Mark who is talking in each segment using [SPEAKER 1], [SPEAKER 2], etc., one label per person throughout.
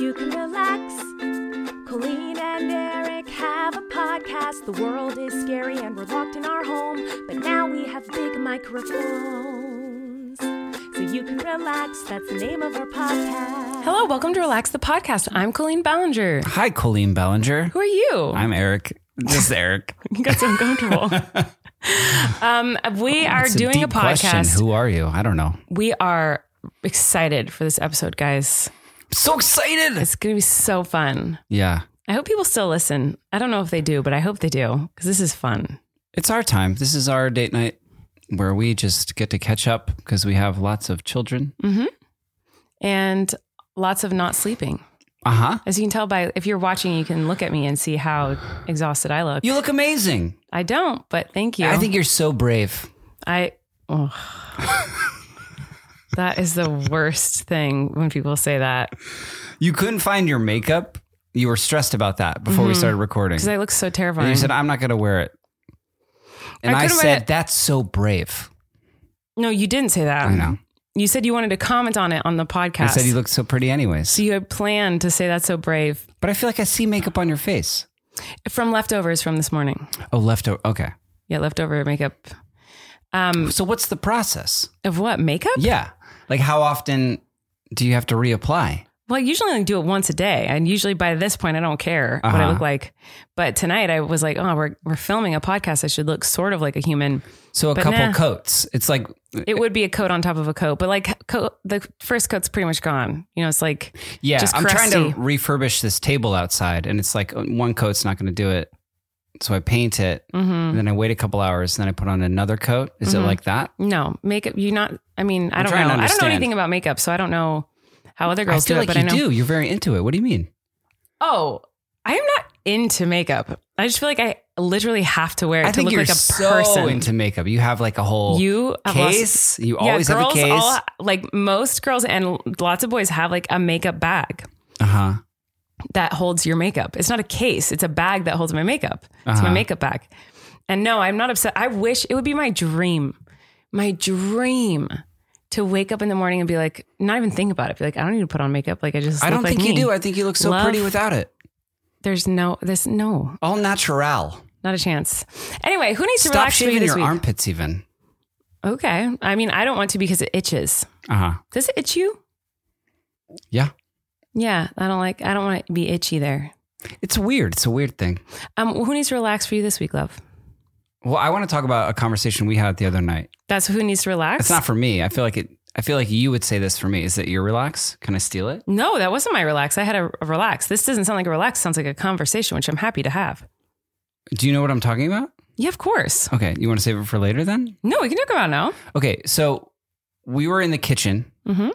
[SPEAKER 1] You can relax. Colleen and Eric have a podcast. The world is scary and we're locked in our home, but now we have big microphones. So you can relax. That's the name of our podcast.
[SPEAKER 2] Hello, welcome to Relax the Podcast. I'm Colleen Ballinger.
[SPEAKER 3] Hi, Colleen Bellinger.
[SPEAKER 2] Who are you?
[SPEAKER 3] I'm Eric. This is Eric.
[SPEAKER 2] you got so uncomfortable. um, we are
[SPEAKER 3] It's Oh, a
[SPEAKER 2] doing a,
[SPEAKER 3] deep
[SPEAKER 2] podcast.
[SPEAKER 3] Question. Who are you? I don't know.
[SPEAKER 2] we are excited for this episode, guys.
[SPEAKER 3] I'm so excited.
[SPEAKER 2] It's going to be so fun.
[SPEAKER 3] Yeah.
[SPEAKER 2] I hope people still listen. I don't know if they do, but I hope they do because this is fun.
[SPEAKER 3] It's our time. This is our date night where we just get to catch up because we have lots of children.
[SPEAKER 2] Mm. And lots of not sleeping.
[SPEAKER 3] Uh huh.
[SPEAKER 2] As you can tell by if you're watching, you can look at me and see how exhausted I look.
[SPEAKER 3] You look amazing.
[SPEAKER 2] I don't, but thank you.
[SPEAKER 3] I think you're so brave.
[SPEAKER 2] I. ugh. that is the worst thing when people say that
[SPEAKER 3] You couldn't find your makeup. You were stressed about that before we started recording.
[SPEAKER 2] because Mm-hmm. I look so
[SPEAKER 3] and
[SPEAKER 2] terrifying.
[SPEAKER 3] you said, I'm not going to wear it. And
[SPEAKER 2] I
[SPEAKER 3] I,
[SPEAKER 2] couldn't wear
[SPEAKER 3] said,
[SPEAKER 2] it.
[SPEAKER 3] that's so brave.
[SPEAKER 2] no, you didn't say that.
[SPEAKER 3] I know.
[SPEAKER 2] You said you wanted to comment on it on the podcast.
[SPEAKER 3] I said, you look so pretty, anyways.
[SPEAKER 2] so you had planned to say that's so brave
[SPEAKER 3] but I feel like I see makeup on your face.
[SPEAKER 2] from leftovers from this morning.
[SPEAKER 3] Oh, leftover. Okay.
[SPEAKER 2] Yeah, leftover makeup
[SPEAKER 3] So what's the process?
[SPEAKER 2] of what makeup?
[SPEAKER 3] Yeah. Like how often do you have to reapply?
[SPEAKER 2] Well, I usually only do it once a day, and usually by this point, I don't care what I
[SPEAKER 3] Uh-huh.
[SPEAKER 2] look like. But tonight, I was like, oh, we're we're filming a podcast. I should look sort of like a human.
[SPEAKER 3] So a
[SPEAKER 2] But
[SPEAKER 3] couple
[SPEAKER 2] nah.
[SPEAKER 3] coats. It's like
[SPEAKER 2] It would be a coat on top of a coat, but like coat, the first coat's pretty much gone. You know, it's like
[SPEAKER 3] yeah,
[SPEAKER 2] just
[SPEAKER 3] I'm trying
[SPEAKER 2] crusty.
[SPEAKER 3] to refurbish this table outside and it's like uh, one coat's not going to do it. So I paint it
[SPEAKER 2] Mhm.
[SPEAKER 3] and then I wait a couple hours and then I put on another coat. Is
[SPEAKER 2] Mhm.
[SPEAKER 3] it like that?
[SPEAKER 2] No, makeup. You're not. I mean, I
[SPEAKER 3] I'm
[SPEAKER 2] don't
[SPEAKER 3] trying
[SPEAKER 2] know. I don't
[SPEAKER 3] to
[SPEAKER 2] know
[SPEAKER 3] understand.
[SPEAKER 2] anything about makeup, so I don't know how other girls
[SPEAKER 3] I feel
[SPEAKER 2] do it.
[SPEAKER 3] like
[SPEAKER 2] but
[SPEAKER 3] you
[SPEAKER 2] I know.
[SPEAKER 3] do. You're very into it. What do you mean?
[SPEAKER 2] Oh, I am not into makeup. I just feel like I literally have to wear it
[SPEAKER 3] I
[SPEAKER 2] to
[SPEAKER 3] think
[SPEAKER 2] look
[SPEAKER 3] you're
[SPEAKER 2] like a
[SPEAKER 3] so
[SPEAKER 2] person.
[SPEAKER 3] into makeup. You have like a whole
[SPEAKER 2] you have lost-
[SPEAKER 3] case. you
[SPEAKER 2] Yeah,
[SPEAKER 3] always have
[SPEAKER 2] girls
[SPEAKER 3] a case.
[SPEAKER 2] all like most girls and lots of boys have like a makeup bag
[SPEAKER 3] uh huh.
[SPEAKER 2] that holds your makeup. It's not a case, it's a bag that holds my makeup. It's my
[SPEAKER 3] Uh-huh.
[SPEAKER 2] makeup bag. And no, I'm not upset. I wish it would be my dream, my dream to wake up in the morning and be like, not even think about it. Be like, I don't need to put on makeup. Like, I just,
[SPEAKER 3] I
[SPEAKER 2] look
[SPEAKER 3] don't
[SPEAKER 2] like
[SPEAKER 3] think you
[SPEAKER 2] me.
[SPEAKER 3] do. I think you look so
[SPEAKER 2] Love-
[SPEAKER 3] pretty without it.
[SPEAKER 2] There's no, this, no,
[SPEAKER 3] All natural.
[SPEAKER 2] not a chance. Anyway, who needs to
[SPEAKER 3] Stop
[SPEAKER 2] relax for you
[SPEAKER 3] shaving
[SPEAKER 2] this
[SPEAKER 3] your
[SPEAKER 2] week?
[SPEAKER 3] armpits even.
[SPEAKER 2] Okay. I mean, I don't want to because it itches.
[SPEAKER 3] Uh huh.
[SPEAKER 2] Does it itch you?
[SPEAKER 3] Yeah.
[SPEAKER 2] Yeah. I don't like, I don't want to be itchy there.
[SPEAKER 3] It's weird. It's a weird thing.
[SPEAKER 2] Um, who needs to relax for you this week, love?
[SPEAKER 3] Well, I want to talk about a conversation we had the other night.
[SPEAKER 2] That's who needs to relax.
[SPEAKER 3] It's not for me. I feel like it. I feel like you would say this for me. Is that your relax? Can I steal it?
[SPEAKER 2] No, that wasn't my relax. I had a, a relax. This doesn't sound like a relax. Sounds like a conversation, which I'm happy to have.
[SPEAKER 3] Do you know what I'm talking about?
[SPEAKER 2] Yeah, of course.
[SPEAKER 3] Okay, you want to save it for later then?
[SPEAKER 2] No, we can talk about it now.
[SPEAKER 3] Okay, so we were in the kitchen
[SPEAKER 2] Mhm.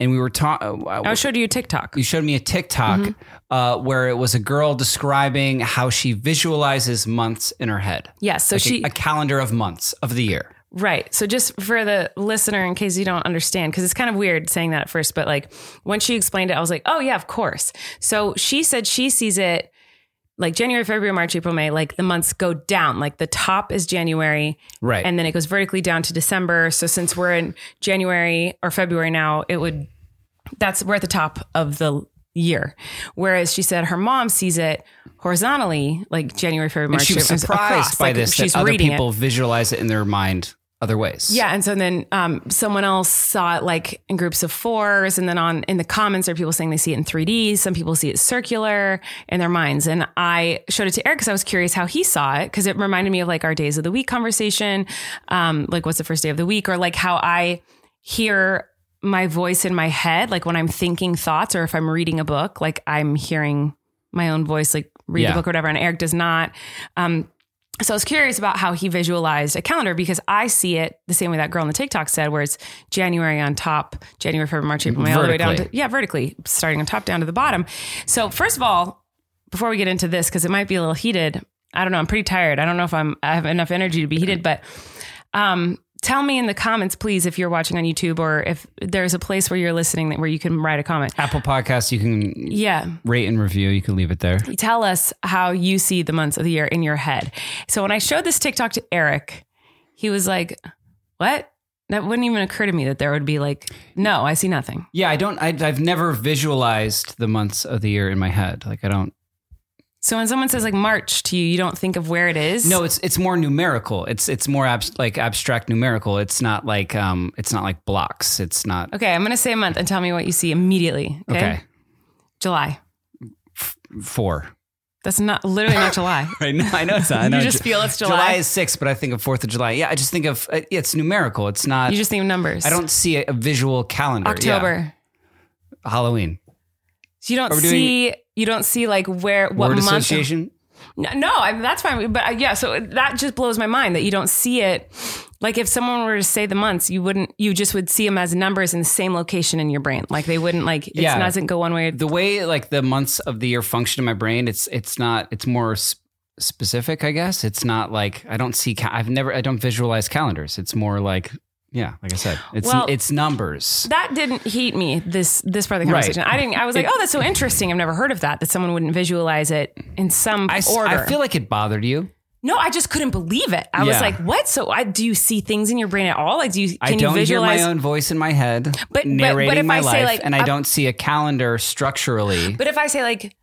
[SPEAKER 3] and we were talking.
[SPEAKER 2] I Mm-hmm. showed you TikTok.
[SPEAKER 3] you showed me a TikTok uh, where it was a girl describing how she visualizes months in her head.
[SPEAKER 2] Yes. So
[SPEAKER 3] Like a-
[SPEAKER 2] she
[SPEAKER 3] a calendar of months of the year.
[SPEAKER 2] right. So just for the listener, in case you don't understand, because it's kind of weird saying that at first, but like when she explained it, I was like, oh yeah, of course. So she said she sees it like January, February, March, April, May. Like the months go down. Like the top is January,
[SPEAKER 3] Right.
[SPEAKER 2] and then it goes vertically down to December. So since we're in January or February now, it would that's we're at the top of the year. Whereas she said her mom sees it horizontally, like January, February, March.
[SPEAKER 3] and she was
[SPEAKER 2] April,
[SPEAKER 3] surprised
[SPEAKER 2] across,
[SPEAKER 3] by
[SPEAKER 2] like,
[SPEAKER 3] this
[SPEAKER 2] She's
[SPEAKER 3] that other
[SPEAKER 2] reading
[SPEAKER 3] people
[SPEAKER 2] It.
[SPEAKER 3] visualize it in their mind other ways.
[SPEAKER 2] Yeah, and so then um, someone else saw it like in groups of fours, and then on in the comments there are people saying they see it in 3D. Some people see it circular in their minds, and I showed it to Eric because I was curious how he saw it because it reminded me of like our days of the week conversation, um, like what's the first day of the week, or like how I hear my voice in my head, like when I'm thinking thoughts or if I'm reading a book, like I'm hearing my own voice, like read
[SPEAKER 3] Yeah.
[SPEAKER 2] the book or whatever. And Eric does not. Um, so I was curious about how he visualized a calendar because I see it the same way that girl on the TikTok said, where it's January on top, January, February, March, April, May, all the way down to,
[SPEAKER 3] Vertically.
[SPEAKER 2] yeah, vertically, starting on top down to the bottom. So, first of all, before we get into this, because it might be a little heated, I don't know, I'm pretty tired. I don't know if I'm, I have enough energy to be heated, but um, tell me in the comments, please, if you're watching on YouTube or if there's a place where you're listening that where you can write a comment.
[SPEAKER 3] Apple Podcasts, you can
[SPEAKER 2] Yeah
[SPEAKER 3] rate and review. You can leave it there.
[SPEAKER 2] tell us how you see the months of the year in your head. So when I showed this TikTok to Eric, he was like, "What?" That wouldn't even occur to me that there would be like, "No, I see nothing."
[SPEAKER 3] Yeah, I don't. I, I've never visualized the months of the year in my head. Like I don't.
[SPEAKER 2] So when someone says like March to you, you don't think of where it is.
[SPEAKER 3] No, it's it's more numerical. It's it's more abs- like abstract numerical. It's not like um. It's not like blocks. It's not.
[SPEAKER 2] Okay, I'm gonna say a month and tell me what you see immediately. Okay.
[SPEAKER 3] Okay.
[SPEAKER 2] July.
[SPEAKER 3] Four.
[SPEAKER 2] That's not literally not July.
[SPEAKER 3] Right. No, I know it's not. I
[SPEAKER 2] You
[SPEAKER 3] know
[SPEAKER 2] just
[SPEAKER 3] Ju-
[SPEAKER 2] feel it's July.
[SPEAKER 3] July is six, but I think of Fourth of July. Yeah, I just think of uh, it's numerical. It's not.
[SPEAKER 2] You just think of numbers.
[SPEAKER 3] I don't see a, a visual calendar. Yeah.
[SPEAKER 2] October.
[SPEAKER 3] Halloween.
[SPEAKER 2] So you don't
[SPEAKER 3] Are we doing-
[SPEAKER 2] see you don't see like where what
[SPEAKER 3] Word
[SPEAKER 2] month
[SPEAKER 3] association.
[SPEAKER 2] No, no I mean, that's fine. But uh, yeah, so that just blows my mind that you don't see it. Like if someone were to say the months, you wouldn't. You just would see them as numbers in the same location in your brain. Like they wouldn't like it
[SPEAKER 3] Yeah.
[SPEAKER 2] doesn't go one way. or-
[SPEAKER 3] the way like the months of the year function in my brain it's it's not it's more s specific i guess it's not like i don't see ca- i've never i don't visualize calendars it's more like yeah like i said it's
[SPEAKER 2] Well-
[SPEAKER 3] it's numbers
[SPEAKER 2] that didn't heat me. This this part of the
[SPEAKER 3] Right.
[SPEAKER 2] conversation, I didn't. I was like, oh, that's so interesting. I've never heard of that. That someone wouldn't visualize it in some
[SPEAKER 3] I, s-
[SPEAKER 2] order.
[SPEAKER 3] I feel like it bothered you
[SPEAKER 2] no, I just couldn't believe it. I was
[SPEAKER 3] Yeah.
[SPEAKER 2] like, what? So I do you see things in your brain at all? Like do you can
[SPEAKER 3] i don't
[SPEAKER 2] you
[SPEAKER 3] hear
[SPEAKER 2] visualize?
[SPEAKER 3] my own voice in my head
[SPEAKER 2] but if
[SPEAKER 3] narrating my
[SPEAKER 2] I say,
[SPEAKER 3] life
[SPEAKER 2] like,
[SPEAKER 3] and i
[SPEAKER 2] a-
[SPEAKER 3] don't see a calendar structurally
[SPEAKER 2] But if I say like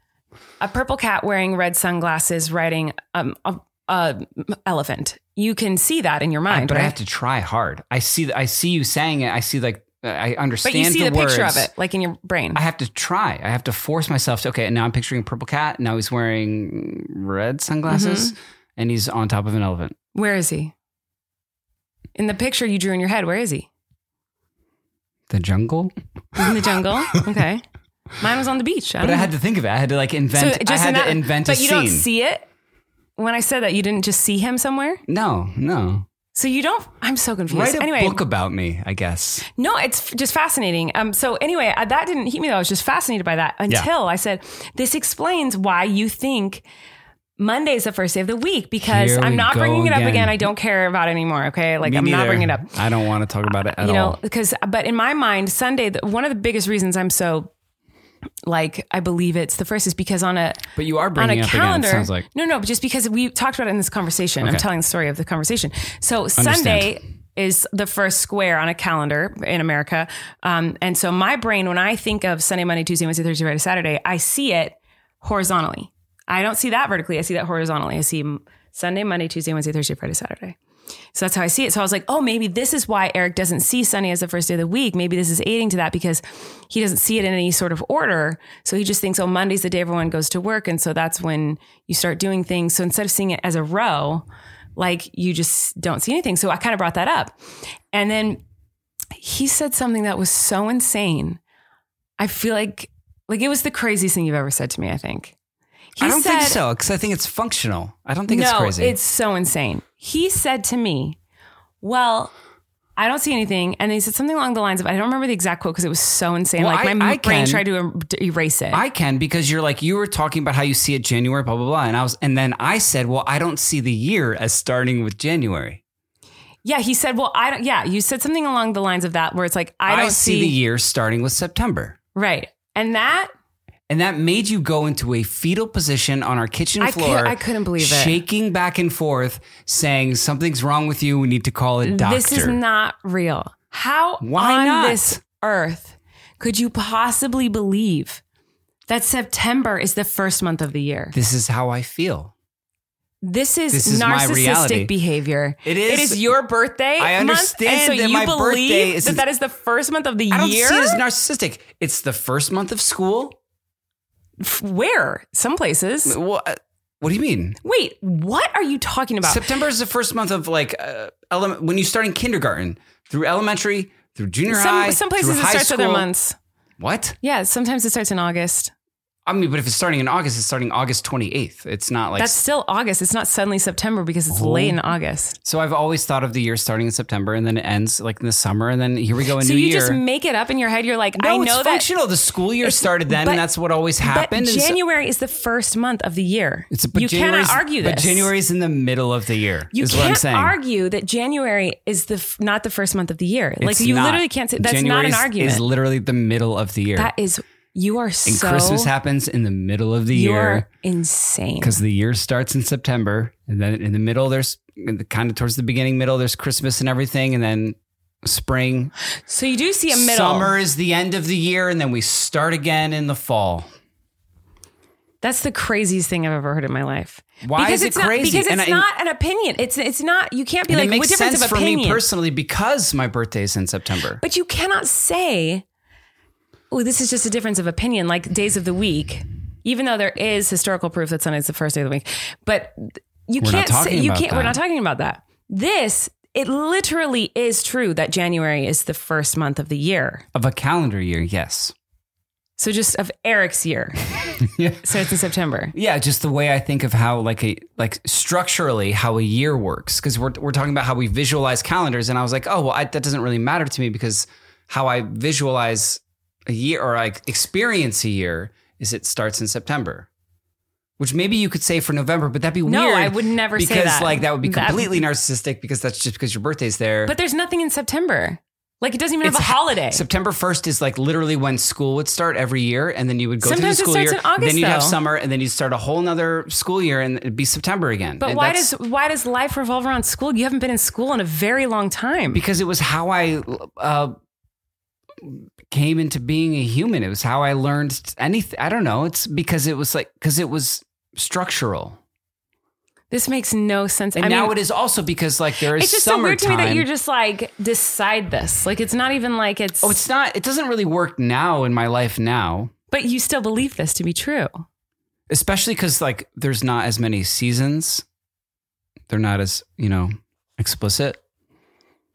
[SPEAKER 2] a purple cat wearing red sunglasses riding um, a, a elephant, you can see that in your mind,
[SPEAKER 3] but
[SPEAKER 2] right?
[SPEAKER 3] i have to try hard i see i see you saying it i see like i
[SPEAKER 2] but
[SPEAKER 3] understand
[SPEAKER 2] you see the,
[SPEAKER 3] words.
[SPEAKER 2] picture of it, like in your brain.
[SPEAKER 3] I have to try. I have to force myself to okay. And now I'm picturing a purple cat. Now he's wearing red sunglasses,
[SPEAKER 2] Mm-hmm.
[SPEAKER 3] and he's on top of an elephant.
[SPEAKER 2] where is he? In the picture you drew in your head, where is he?
[SPEAKER 3] The jungle.
[SPEAKER 2] He's in the jungle. Okay. Mine was on the beach. I
[SPEAKER 3] But
[SPEAKER 2] don't
[SPEAKER 3] I
[SPEAKER 2] know.
[SPEAKER 3] had to think of it. I had to like invent.
[SPEAKER 2] So
[SPEAKER 3] I
[SPEAKER 2] in
[SPEAKER 3] had
[SPEAKER 2] that-
[SPEAKER 3] to invent a
[SPEAKER 2] But you
[SPEAKER 3] scene.
[SPEAKER 2] don't see it. When I said that, you didn't just see him somewhere.
[SPEAKER 3] no, no.
[SPEAKER 2] So you don't. I'm so confused.
[SPEAKER 3] Write a
[SPEAKER 2] anyway,
[SPEAKER 3] book about me. I guess.
[SPEAKER 2] No, it's f- just fascinating. Um, so anyway, I, that didn't hit me though. I was just fascinated by that until I said, "This explains why you think Monday's the first day of the week." Because
[SPEAKER 3] Here
[SPEAKER 2] I'm
[SPEAKER 3] we
[SPEAKER 2] not
[SPEAKER 3] go
[SPEAKER 2] bringing it up
[SPEAKER 3] again.
[SPEAKER 2] again. I don't care about it anymore. Okay, like
[SPEAKER 3] Me
[SPEAKER 2] I'm not
[SPEAKER 3] neither.
[SPEAKER 2] bringing it up.
[SPEAKER 3] I don't want to talk about it at
[SPEAKER 2] you know,
[SPEAKER 3] all.
[SPEAKER 2] because but in my mind, Sunday. The, one of the biggest reasons I'm so like I believe it's the first is because on a
[SPEAKER 3] But you are
[SPEAKER 2] on
[SPEAKER 3] bringing
[SPEAKER 2] a
[SPEAKER 3] it up
[SPEAKER 2] calendar.
[SPEAKER 3] again. It sounds like
[SPEAKER 2] No, no, but just because we talked about it in this conversation. I'm
[SPEAKER 3] Okay.
[SPEAKER 2] telling the story of the conversation. So Sunday is the first square on a calendar in America. Um, and so my brain, when I think of Sunday, Monday, Tuesday, Wednesday, Thursday, Friday, Saturday, I see it horizontally. I don't see that vertically. I see that horizontally. I see m- Sunday, Monday, Tuesday, Wednesday, Thursday, Friday, Saturday. So that's how I see it. So I was like, oh, maybe this is why Eric doesn't see Sunday as the first day of the week. Maybe this is aiding to that because he doesn't see it in any sort of order. So he just thinks, oh, Monday's the day everyone goes to work. And so that's when you start doing things. So instead of seeing it as a row, like you just don't see anything. So I kind of brought that up. And then he said something that was so insane. I feel like, like it was the craziest thing you've ever said to me, I think. He
[SPEAKER 3] I don't think
[SPEAKER 2] said-
[SPEAKER 3] so because I think it's functional. I don't think
[SPEAKER 2] no,
[SPEAKER 3] it's crazy.
[SPEAKER 2] It's so insane. He said to me, Well, I don't see anything. And he said something along the lines of, I don't remember the exact quote because it was so insane.
[SPEAKER 3] Well,
[SPEAKER 2] like
[SPEAKER 3] I-
[SPEAKER 2] my
[SPEAKER 3] I
[SPEAKER 2] brain
[SPEAKER 3] can-
[SPEAKER 2] tried to er- to erase it.
[SPEAKER 3] I can because you're like you were talking about how you see it January, blah blah blah, and I was, and then I said, well, I don't see the year as starting with January.
[SPEAKER 2] yeah, he said, Well, I don't, yeah, you said something along the lines of that where it's like, I
[SPEAKER 3] I,
[SPEAKER 2] don't
[SPEAKER 3] see, the year starting with September.
[SPEAKER 2] Right. And that,
[SPEAKER 3] And that made you go into a fetal position on our kitchen
[SPEAKER 2] I cou-
[SPEAKER 3] floor.
[SPEAKER 2] I couldn't believe it.
[SPEAKER 3] Shaking back and forth, saying something's wrong with you. We need to call a doctor.
[SPEAKER 2] this is not real. How
[SPEAKER 3] Why
[SPEAKER 2] on
[SPEAKER 3] not?
[SPEAKER 2] this earth could you possibly believe that September is the first month of the year?
[SPEAKER 3] This is how I feel.
[SPEAKER 2] This is,
[SPEAKER 3] This is my reality.
[SPEAKER 2] narcissistic behavior.
[SPEAKER 3] It is-
[SPEAKER 2] It is your birthday.
[SPEAKER 3] I understand
[SPEAKER 2] month, and so
[SPEAKER 3] that
[SPEAKER 2] you
[SPEAKER 3] my
[SPEAKER 2] believe
[SPEAKER 3] birthday is-
[SPEAKER 2] that that is the first month of the
[SPEAKER 3] I don't
[SPEAKER 2] year.
[SPEAKER 3] see it as narcissistic. It's the first month of school.
[SPEAKER 2] F- Where? Some places.
[SPEAKER 3] What? What do you mean?
[SPEAKER 2] Wait, what are you talking about?
[SPEAKER 3] September is the first month of like uh, element when you start in kindergarten through elementary through junior
[SPEAKER 2] some
[SPEAKER 3] high.
[SPEAKER 2] some places
[SPEAKER 3] through
[SPEAKER 2] it
[SPEAKER 3] high
[SPEAKER 2] starts other
[SPEAKER 3] school.
[SPEAKER 2] months.
[SPEAKER 3] What?
[SPEAKER 2] Yeah, sometimes it starts in August.
[SPEAKER 3] I mean, but if it's starting in August, it's starting August 28th. It's not like Oh,
[SPEAKER 2] That's still August. It's not suddenly September because it's late in August.
[SPEAKER 3] so. I've always thought of the year starting in September and then it ends like in the summer, and then here we go a
[SPEAKER 2] So
[SPEAKER 3] new
[SPEAKER 2] you
[SPEAKER 3] year.
[SPEAKER 2] just make it up in your head. You're like,
[SPEAKER 3] no,
[SPEAKER 2] I know
[SPEAKER 3] it's
[SPEAKER 2] that
[SPEAKER 3] functional. The school year started then,
[SPEAKER 2] but-
[SPEAKER 3] and that's what always happened.
[SPEAKER 2] But
[SPEAKER 3] and so-
[SPEAKER 2] January is the first month of the year.
[SPEAKER 3] it's but
[SPEAKER 2] you
[SPEAKER 3] January's-
[SPEAKER 2] cannot argue this.
[SPEAKER 3] But January's in the middle of the year.
[SPEAKER 2] you
[SPEAKER 3] is
[SPEAKER 2] can't
[SPEAKER 3] what I'm saying.
[SPEAKER 2] argue that January is the f- not the first month of the year. like
[SPEAKER 3] It's
[SPEAKER 2] you
[SPEAKER 3] not.
[SPEAKER 2] literally can't say that's
[SPEAKER 3] January's
[SPEAKER 2] not an argument.
[SPEAKER 3] Is literally the middle of the year.
[SPEAKER 2] that is you are
[SPEAKER 3] and
[SPEAKER 2] so
[SPEAKER 3] Christmas happens in the middle of the
[SPEAKER 2] you
[SPEAKER 3] year.
[SPEAKER 2] are insane.
[SPEAKER 3] because the year starts in September, and then in the middle there's kind of towards the beginning middle there's Christmas and everything, and then spring,
[SPEAKER 2] So you do see a middle.
[SPEAKER 3] summer is the end of the year, and then we start again in the fall.
[SPEAKER 2] That's the craziest thing I've ever heard in my life.
[SPEAKER 3] Why
[SPEAKER 2] because
[SPEAKER 3] is it
[SPEAKER 2] it's not-
[SPEAKER 3] crazy?
[SPEAKER 2] because it's
[SPEAKER 3] And I-
[SPEAKER 2] not an opinion. It's it's not. You can't be
[SPEAKER 3] And
[SPEAKER 2] like
[SPEAKER 3] it makes
[SPEAKER 2] what difference
[SPEAKER 3] sense
[SPEAKER 2] of
[SPEAKER 3] for
[SPEAKER 2] opinion.
[SPEAKER 3] me personally because my birthday's in September.
[SPEAKER 2] But you cannot say, oh, this is just a difference of opinion, like days of the week, even though there is historical proof that Sunday's the first day of the week. But you
[SPEAKER 3] We're not
[SPEAKER 2] can't say,
[SPEAKER 3] talking
[SPEAKER 2] you
[SPEAKER 3] about
[SPEAKER 2] can't, we're
[SPEAKER 3] that.
[SPEAKER 2] not talking about that. This, it literally is true that January is the first month of the year.
[SPEAKER 3] of a calendar year, yes.
[SPEAKER 2] So just of Eric's year.
[SPEAKER 3] Yeah.
[SPEAKER 2] So it's in September.
[SPEAKER 3] Yeah, just the way I think of how like a like structurally how a year works because we're we're talking about how we visualize calendars and I was like, "Oh, well, I, that doesn't really matter to me because how I visualize a year or I experience a year is it starts in September." Which maybe you could say for November, but that'd be
[SPEAKER 2] No,
[SPEAKER 3] weird.
[SPEAKER 2] I would never say
[SPEAKER 3] because,
[SPEAKER 2] that.
[SPEAKER 3] like that would be
[SPEAKER 2] That-
[SPEAKER 3] completely narcissistic because that's just because your birthday's there.
[SPEAKER 2] But there's nothing in September. Like it doesn't even have
[SPEAKER 3] It's
[SPEAKER 2] a
[SPEAKER 3] ha-
[SPEAKER 2] holiday.
[SPEAKER 3] September 1st is like literally when school would start every year, and then you would go
[SPEAKER 2] Sometimes it
[SPEAKER 3] through the school
[SPEAKER 2] starts
[SPEAKER 3] year.
[SPEAKER 2] in August,
[SPEAKER 3] then you'd have
[SPEAKER 2] though.
[SPEAKER 3] summer, and then you'd start a whole nother school year, and it'd be September again.
[SPEAKER 2] but
[SPEAKER 3] And
[SPEAKER 2] why
[SPEAKER 3] that's-
[SPEAKER 2] does why does life revolve around school? You haven't been in school in a very long time.
[SPEAKER 3] because it was how I uh, came into being a human. It was how I learned anything. I don't know. It's because it was like because it was structural,
[SPEAKER 2] This makes no sense.
[SPEAKER 3] and
[SPEAKER 2] I
[SPEAKER 3] now
[SPEAKER 2] mean,
[SPEAKER 3] it is also because like there is
[SPEAKER 2] it's just so
[SPEAKER 3] summertime.
[SPEAKER 2] weird to me that you're just like decide this. Like it's not even like it's.
[SPEAKER 3] oh, it's not. It doesn't really work now in my life now.
[SPEAKER 2] but you still believe this to be true.
[SPEAKER 3] especially because like there's not as many seasons they're not as you know explicit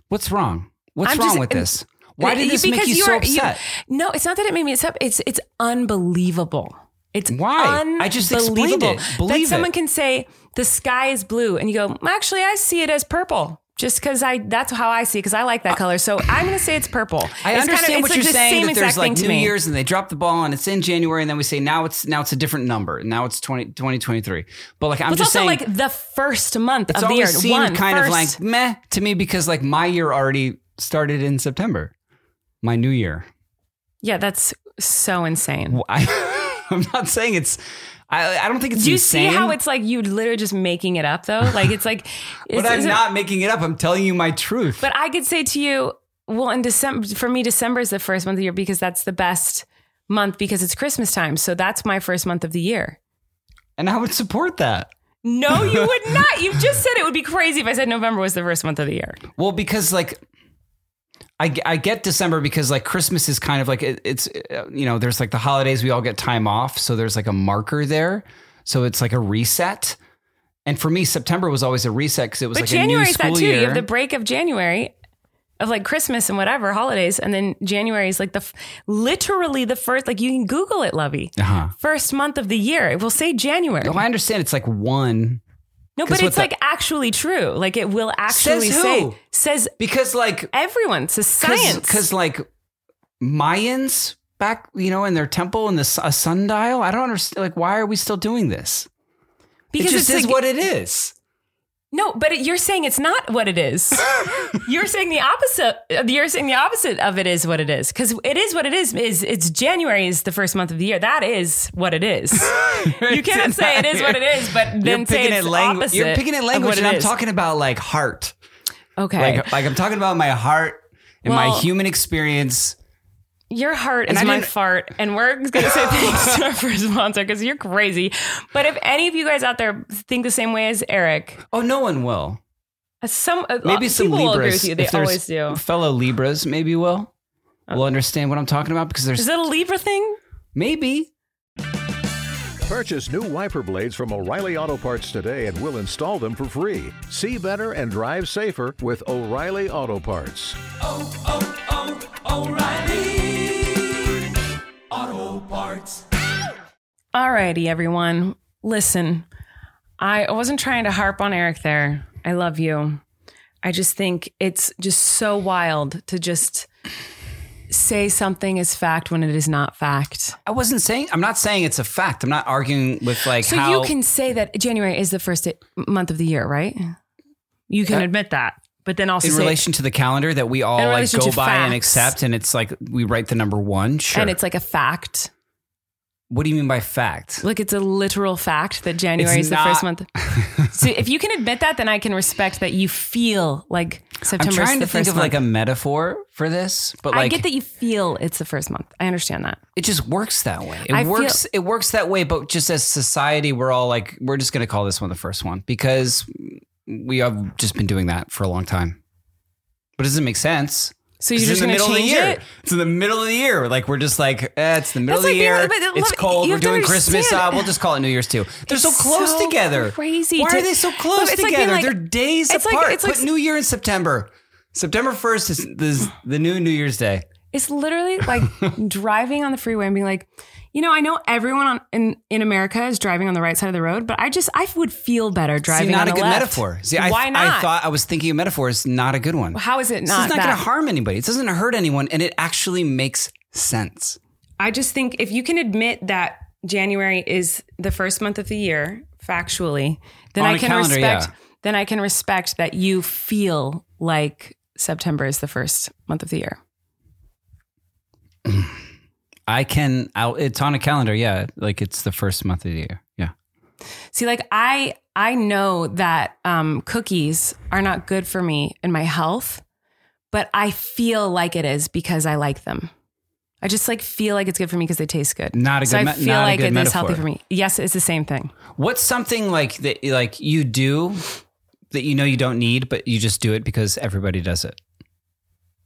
[SPEAKER 3] what's wrong what's
[SPEAKER 2] I'm
[SPEAKER 3] wrong
[SPEAKER 2] just-
[SPEAKER 3] with this why did this make
[SPEAKER 2] Because
[SPEAKER 3] you so
[SPEAKER 2] are-
[SPEAKER 3] upset
[SPEAKER 2] no, it's not that it made me upset. It's it's unbelievable. It's
[SPEAKER 3] Why? I just explained
[SPEAKER 2] unbelievable
[SPEAKER 3] it. Believe
[SPEAKER 2] that someone
[SPEAKER 3] it.
[SPEAKER 2] can say the sky is blue, and you go, actually, I see it as purple. Just because I, that's how I see it, because I like that color. So I'm going to say it's purple.
[SPEAKER 3] I
[SPEAKER 2] It's kind of-
[SPEAKER 3] understand
[SPEAKER 2] it's
[SPEAKER 3] what
[SPEAKER 2] like the
[SPEAKER 3] you're saying.
[SPEAKER 2] same
[SPEAKER 3] That there's
[SPEAKER 2] exact
[SPEAKER 3] like
[SPEAKER 2] thing to
[SPEAKER 3] New
[SPEAKER 2] me.
[SPEAKER 3] Year's and they drop the ball and it's in January and then we say now it's now it's a different number. Now it's 20, 2023. But like I'm
[SPEAKER 2] But it's
[SPEAKER 3] just
[SPEAKER 2] also
[SPEAKER 3] saying,
[SPEAKER 2] like the first month
[SPEAKER 3] it's
[SPEAKER 2] of the
[SPEAKER 3] always
[SPEAKER 2] year.
[SPEAKER 3] seemed
[SPEAKER 2] One,
[SPEAKER 3] kind of
[SPEAKER 2] first-
[SPEAKER 3] like meh to me because like my year already started in September, my new year.
[SPEAKER 2] Yeah, that's so insane.
[SPEAKER 3] Well, I, I'm not saying it's. I, I don't think it's
[SPEAKER 2] Do you
[SPEAKER 3] insane.
[SPEAKER 2] see how it's like you literally just making it up though? Like it's like,
[SPEAKER 3] But
[SPEAKER 2] it's-
[SPEAKER 3] I'm
[SPEAKER 2] it's-
[SPEAKER 3] not making it up. I'm telling you my truth.
[SPEAKER 2] But I could say to you, well, in December for me, December is the first month of the year because that's the best month because it's Christmas time. So that's my first month of the year.
[SPEAKER 3] and I would support that.
[SPEAKER 2] No, you would not. You just said it would be crazy if I said November was the first month of the year.
[SPEAKER 3] Well, because like, I, g- I get December because like Christmas is kind of like it, it's uh, you know there's like the holidays we all get time off, so there's like a marker there, so it's like a reset. And for me, September was always a reset because it was
[SPEAKER 2] But
[SPEAKER 3] like a
[SPEAKER 2] January
[SPEAKER 3] new
[SPEAKER 2] is
[SPEAKER 3] school
[SPEAKER 2] that too.
[SPEAKER 3] year.
[SPEAKER 2] You have the break of January of like Christmas and whatever holidays, and then January is like the f- literally the first. Like you can Google it, Lovey.
[SPEAKER 3] Uh-huh.
[SPEAKER 2] First month of the year. It will say January.
[SPEAKER 3] Well, I understand it's like one
[SPEAKER 2] No, but
[SPEAKER 3] 'Cause
[SPEAKER 2] it's
[SPEAKER 3] what
[SPEAKER 2] like actually true. Like it will actually
[SPEAKER 3] Says
[SPEAKER 2] say
[SPEAKER 3] who?
[SPEAKER 2] says
[SPEAKER 3] because like
[SPEAKER 2] everyone. Says science.
[SPEAKER 3] because like Mayans back you know in their temple and the s- a sundial. I don't understand like why are we still doing this?
[SPEAKER 2] because
[SPEAKER 3] it just
[SPEAKER 2] it's
[SPEAKER 3] is
[SPEAKER 2] like,
[SPEAKER 3] what it is.
[SPEAKER 2] no, but it, you're saying it's not what it is. you're saying the opposite. You're saying the opposite of it is what it is because it is what it is. Is it's January is the first month of the year. That is what it is. you can't say it is what it is, but then
[SPEAKER 3] you're
[SPEAKER 2] say
[SPEAKER 3] picking
[SPEAKER 2] it's
[SPEAKER 3] it language.
[SPEAKER 2] opposite.
[SPEAKER 3] You're picking it
[SPEAKER 2] of
[SPEAKER 3] language,
[SPEAKER 2] what
[SPEAKER 3] and I'm
[SPEAKER 2] is.
[SPEAKER 3] talking about like heart.
[SPEAKER 2] Okay,
[SPEAKER 3] Like like I'm talking about my heart and my
[SPEAKER 2] Well-
[SPEAKER 3] human experience.
[SPEAKER 2] Your heart
[SPEAKER 3] And
[SPEAKER 2] is
[SPEAKER 3] I
[SPEAKER 2] my
[SPEAKER 3] didn't-
[SPEAKER 2] fart, and we're going to say thanks to our first sponsor because you're crazy. But if any of you guys out there think the same way as Eric,
[SPEAKER 3] Oh, no one will.
[SPEAKER 2] uh, some uh,
[SPEAKER 3] Maybe some
[SPEAKER 2] people will agree
[SPEAKER 3] Libras.
[SPEAKER 2] with you. They
[SPEAKER 3] if there's
[SPEAKER 2] always do. Oh.
[SPEAKER 3] Fellow Libras maybe will. Will understand what I'm talking about because
[SPEAKER 2] Is
[SPEAKER 3] there's
[SPEAKER 2] it a Libra thing?
[SPEAKER 3] maybe
[SPEAKER 4] Purchase new wiper blades from O'Reilly Auto Parts today and we'll install them for free. See better and drive safer with O'Reilly Auto Parts.
[SPEAKER 5] oh, oh, O'Reilly. Auto parts.
[SPEAKER 2] Alrighty, everyone. Listen, I wasn't trying to harp on Eric there. I love you. I just think it's just so wild to just say something is fact when it is not fact.
[SPEAKER 3] I wasn't saying. I'm not saying it's a fact. I'm not arguing with like
[SPEAKER 2] So
[SPEAKER 3] how
[SPEAKER 2] you can say that January is the first day- month of the year, right? You can
[SPEAKER 3] Yeah.
[SPEAKER 2] admit that, but then also
[SPEAKER 3] Uh, in
[SPEAKER 2] say,
[SPEAKER 3] relation to the calendar that we all
[SPEAKER 2] In
[SPEAKER 3] like
[SPEAKER 2] relation
[SPEAKER 3] go
[SPEAKER 2] to
[SPEAKER 3] by and
[SPEAKER 2] facts.
[SPEAKER 3] accept, and it's like we write the number one. Sure.
[SPEAKER 2] and it's like a fact.
[SPEAKER 3] what do you mean by fact?
[SPEAKER 2] Like it's a literal fact that January
[SPEAKER 3] It's
[SPEAKER 2] is the first
[SPEAKER 3] not-
[SPEAKER 2] month. so if you can admit that, then I can respect that you feel like
[SPEAKER 3] I'm
[SPEAKER 2] September.
[SPEAKER 3] trying
[SPEAKER 2] is the
[SPEAKER 3] to think
[SPEAKER 2] first
[SPEAKER 3] of
[SPEAKER 2] month.
[SPEAKER 3] like a metaphor for this, but
[SPEAKER 2] I
[SPEAKER 3] like
[SPEAKER 2] get that you feel it's the first month. I understand that.
[SPEAKER 3] it just works that way. It
[SPEAKER 2] I feel-
[SPEAKER 3] works. it works that way. But just as society, we're all like, we're just going to call this one the first one because we have just been doing that for a long time. But it doesn't make sense.
[SPEAKER 2] So you're
[SPEAKER 3] It's
[SPEAKER 2] just
[SPEAKER 3] in the
[SPEAKER 2] going to
[SPEAKER 3] middle of the
[SPEAKER 2] change
[SPEAKER 3] year.
[SPEAKER 2] it.
[SPEAKER 3] It's in the middle of the year. Like we're just like eh, it's the middle
[SPEAKER 2] That's
[SPEAKER 3] of the
[SPEAKER 2] like
[SPEAKER 3] year.
[SPEAKER 2] being- but
[SPEAKER 3] it's
[SPEAKER 2] look,
[SPEAKER 3] cold.
[SPEAKER 2] you
[SPEAKER 3] We're
[SPEAKER 2] have to
[SPEAKER 3] doing Christmas. Uh,
[SPEAKER 2] understand-
[SPEAKER 3] we'll just call it New Year's too. They're so
[SPEAKER 2] It's
[SPEAKER 3] close
[SPEAKER 2] so
[SPEAKER 3] together.
[SPEAKER 2] crazy
[SPEAKER 3] Why
[SPEAKER 2] to-
[SPEAKER 3] are they so
[SPEAKER 2] Look,
[SPEAKER 3] close
[SPEAKER 2] it's like being
[SPEAKER 3] together?
[SPEAKER 2] like-
[SPEAKER 3] They're days
[SPEAKER 2] it's like-
[SPEAKER 3] apart.
[SPEAKER 2] it's like-
[SPEAKER 3] Put New Year in September. September first is the, the new New Year's Day.
[SPEAKER 2] It's literally like driving on the freeway and being like, you know, I know everyone on, in in America is driving on the right side of the road, but I just I would feel better driving.
[SPEAKER 3] See, not
[SPEAKER 2] on
[SPEAKER 3] a
[SPEAKER 2] the
[SPEAKER 3] good
[SPEAKER 2] left.
[SPEAKER 3] metaphor. See, I,
[SPEAKER 2] Why not?
[SPEAKER 3] I thought I was thinking a metaphor is not a good one.
[SPEAKER 2] How is it
[SPEAKER 3] This
[SPEAKER 2] not
[SPEAKER 3] is not
[SPEAKER 2] that?
[SPEAKER 3] going to harm anybody. It doesn't hurt anyone, and it actually makes sense.
[SPEAKER 2] I just think if you can admit that January is the first month of the year factually, then
[SPEAKER 3] On
[SPEAKER 2] I
[SPEAKER 3] a
[SPEAKER 2] can
[SPEAKER 3] calendar,
[SPEAKER 2] respect.
[SPEAKER 3] yeah.
[SPEAKER 2] Then I can respect that you feel like September is the first month of the year.
[SPEAKER 3] I can. I'll, it's on a calendar. Yeah, like it's the first month of the year. Yeah.
[SPEAKER 2] See, like I I know that um, cookies are not good for me and my health, but I feel like it is because I like them. I just like feel like it's good for me because they taste good.
[SPEAKER 3] Not a
[SPEAKER 2] so
[SPEAKER 3] good
[SPEAKER 2] I
[SPEAKER 3] me-
[SPEAKER 2] feel
[SPEAKER 3] not a
[SPEAKER 2] like
[SPEAKER 3] good
[SPEAKER 2] it is
[SPEAKER 3] metaphor.
[SPEAKER 2] healthy for me. Yes, it's the same thing.
[SPEAKER 3] What's something like that? Like you do that you know you don't need, but you just do it because everybody does it.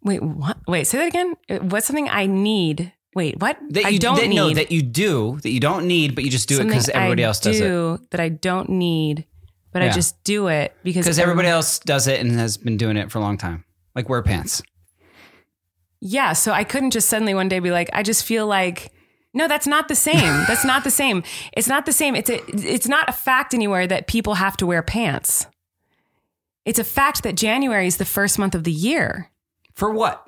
[SPEAKER 2] Wait, what? Wait, say that again. Uh, What's something I need? Wait, what?
[SPEAKER 3] That you
[SPEAKER 2] I don't
[SPEAKER 3] that,
[SPEAKER 2] need.
[SPEAKER 3] No, that you do that you don't need, but you just do it because
[SPEAKER 2] something
[SPEAKER 3] everybody
[SPEAKER 2] I
[SPEAKER 3] else does it.
[SPEAKER 2] do That I don't need, but I
[SPEAKER 3] Yeah.
[SPEAKER 2] just do it because
[SPEAKER 3] Because everybody
[SPEAKER 2] everyone-
[SPEAKER 3] else does it and has been doing it for a long time. Like wear pants.
[SPEAKER 2] Yeah. So I couldn't just suddenly one day be like, I just feel like, no, that's not the same. That's not the same. It's not the same. It's a, it's not a fact anywhere that people have to wear pants. It's a fact that January is the first month of the year.
[SPEAKER 3] For what?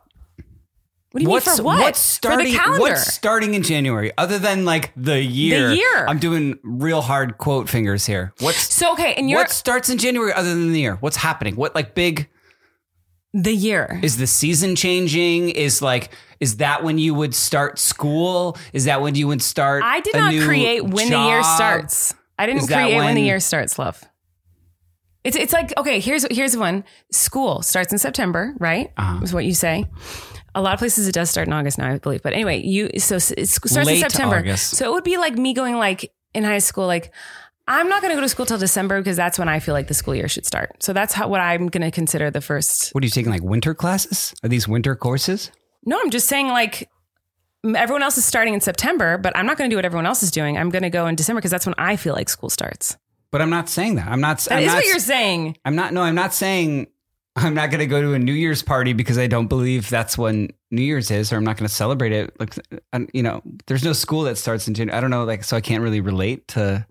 [SPEAKER 2] What do you mean for what?
[SPEAKER 3] What's starting,
[SPEAKER 2] for the calendar.
[SPEAKER 3] What's starting in January, other than like the year?
[SPEAKER 2] The year.
[SPEAKER 3] I'm doing real hard quote fingers here. What's
[SPEAKER 2] so okay, and you're
[SPEAKER 3] what starts in January other than the year? What's happening? What like big
[SPEAKER 2] the year.
[SPEAKER 3] is the season changing? Is like is that when you would start school? Is that when you would start?
[SPEAKER 2] I did
[SPEAKER 3] a
[SPEAKER 2] not
[SPEAKER 3] new
[SPEAKER 2] create when the year
[SPEAKER 3] job?
[SPEAKER 2] starts. I didn't
[SPEAKER 3] Is that
[SPEAKER 2] create when, the
[SPEAKER 3] when-
[SPEAKER 2] year starts, love. It's it's like okay, here's here's one. School starts in September, right?
[SPEAKER 3] Uh-huh.
[SPEAKER 2] Is what you say. A lot of places it does start in August now, I believe. But anyway, you so s- it sc- starts
[SPEAKER 3] Late
[SPEAKER 2] in September.
[SPEAKER 3] August.
[SPEAKER 2] So it would be like me going like in high school like I'm not going to go to school till December because that's when I feel like the school year should start. So that's how what I'm going to consider the first
[SPEAKER 3] What are you taking? Like winter classes? Are these winter courses?
[SPEAKER 2] no, I'm just saying like m- everyone else is starting in September, but I'm not going to do what everyone else is doing. I'm going to go in December because that's when I feel like school starts.
[SPEAKER 3] But I'm not saying that. I'm not.
[SPEAKER 2] That
[SPEAKER 3] I'm
[SPEAKER 2] is
[SPEAKER 3] not,
[SPEAKER 2] what you're saying.
[SPEAKER 3] I'm not. No, I'm not saying. I'm not going to go to a New Year's party because I don't believe that's when New Year's is, or I'm not going to celebrate it. Like, i you know, there's no school that starts in January. I don't know, like, so I can't really relate to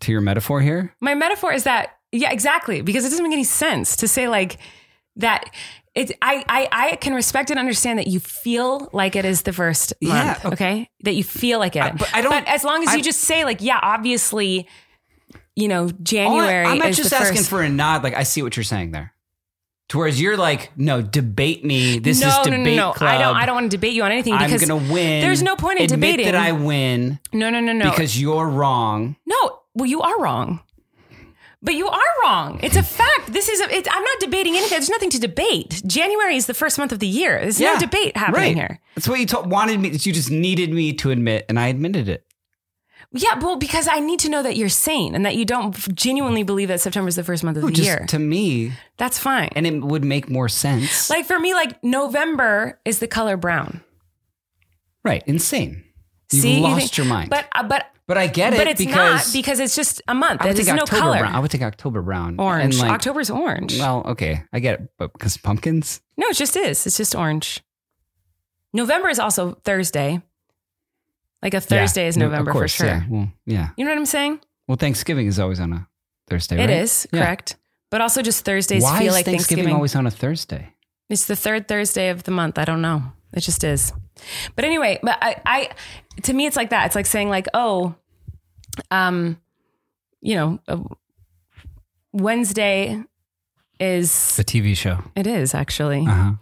[SPEAKER 3] to your metaphor here.
[SPEAKER 2] My metaphor is that yeah, exactly, because it doesn't make any sense to say like that. It I I, I can respect and understand that you feel like it is the first
[SPEAKER 3] Yeah,
[SPEAKER 2] month,
[SPEAKER 3] okay.
[SPEAKER 2] okay. That you feel like it.
[SPEAKER 3] I- but I don't-
[SPEAKER 2] as long as
[SPEAKER 3] I-
[SPEAKER 2] you just say like yeah, obviously, you know
[SPEAKER 3] All I-
[SPEAKER 2] January.
[SPEAKER 3] I'm not
[SPEAKER 2] is
[SPEAKER 3] just
[SPEAKER 2] the
[SPEAKER 3] asking
[SPEAKER 2] first.
[SPEAKER 3] for a nod. Like, I see what you're saying there. To whereas you're like, no, debate me. This
[SPEAKER 2] no,
[SPEAKER 3] is
[SPEAKER 2] no,
[SPEAKER 3] debate
[SPEAKER 2] no, no, no.
[SPEAKER 3] club.
[SPEAKER 2] I don't. I don't want to debate you on anything
[SPEAKER 3] I'm
[SPEAKER 2] because
[SPEAKER 3] going to win.
[SPEAKER 2] There's no point in
[SPEAKER 3] Admit
[SPEAKER 2] debating.
[SPEAKER 3] that I win
[SPEAKER 2] no, no, no, no.
[SPEAKER 3] because you're wrong.
[SPEAKER 2] No, well, you are wrong. But you are wrong. It's a fact. This is. A, it, I'm not debating anything. There's nothing to debate. January is the first month of the year. There's no debate happening
[SPEAKER 3] right.
[SPEAKER 2] here.
[SPEAKER 3] That's what you ta- wanted me. You just needed me to admit, and I admitted it.
[SPEAKER 2] Yeah, well, because I need to know that you're sane and that you don't genuinely believe that September is the first month of
[SPEAKER 3] No,
[SPEAKER 2] the
[SPEAKER 3] just
[SPEAKER 2] year.
[SPEAKER 3] to me,
[SPEAKER 2] That's fine.
[SPEAKER 3] and it would make more sense.
[SPEAKER 2] like for me, like November is the color brown.
[SPEAKER 3] right, insane. You've
[SPEAKER 2] See, You
[SPEAKER 3] lost
[SPEAKER 2] think-
[SPEAKER 3] your mind.
[SPEAKER 2] But uh, but
[SPEAKER 3] but I get
[SPEAKER 2] but
[SPEAKER 3] it
[SPEAKER 2] it's
[SPEAKER 3] because
[SPEAKER 2] not because it's just a month.
[SPEAKER 3] I would
[SPEAKER 2] There's
[SPEAKER 3] think
[SPEAKER 2] no
[SPEAKER 3] October
[SPEAKER 2] color.
[SPEAKER 3] brown. I would think October brown,
[SPEAKER 2] orange.
[SPEAKER 3] And like,
[SPEAKER 2] October's orange.
[SPEAKER 3] Well, okay, I get it, but because pumpkins.
[SPEAKER 2] No, it just is. It's just orange. November is also Thursday. Like a Thursday is
[SPEAKER 3] No, of
[SPEAKER 2] November
[SPEAKER 3] course,
[SPEAKER 2] for sure.
[SPEAKER 3] Yeah. Well, yeah.
[SPEAKER 2] You know what I'm saying?
[SPEAKER 3] Well, Thanksgiving is always on a Thursday.
[SPEAKER 2] It
[SPEAKER 3] right?
[SPEAKER 2] is
[SPEAKER 3] Yeah.
[SPEAKER 2] correct. But also just Thursdays
[SPEAKER 3] Why
[SPEAKER 2] feel
[SPEAKER 3] is
[SPEAKER 2] like
[SPEAKER 3] Thanksgiving,
[SPEAKER 2] Thanksgiving.
[SPEAKER 3] always on a Thursday?
[SPEAKER 2] It's the third Thursday of the month. I don't know. It just is. But anyway, but I, I to me, it's like that. It's like saying like, oh, um, you know, uh, Wednesday is
[SPEAKER 3] The TV show.
[SPEAKER 2] it is actually,
[SPEAKER 3] Uh-huh.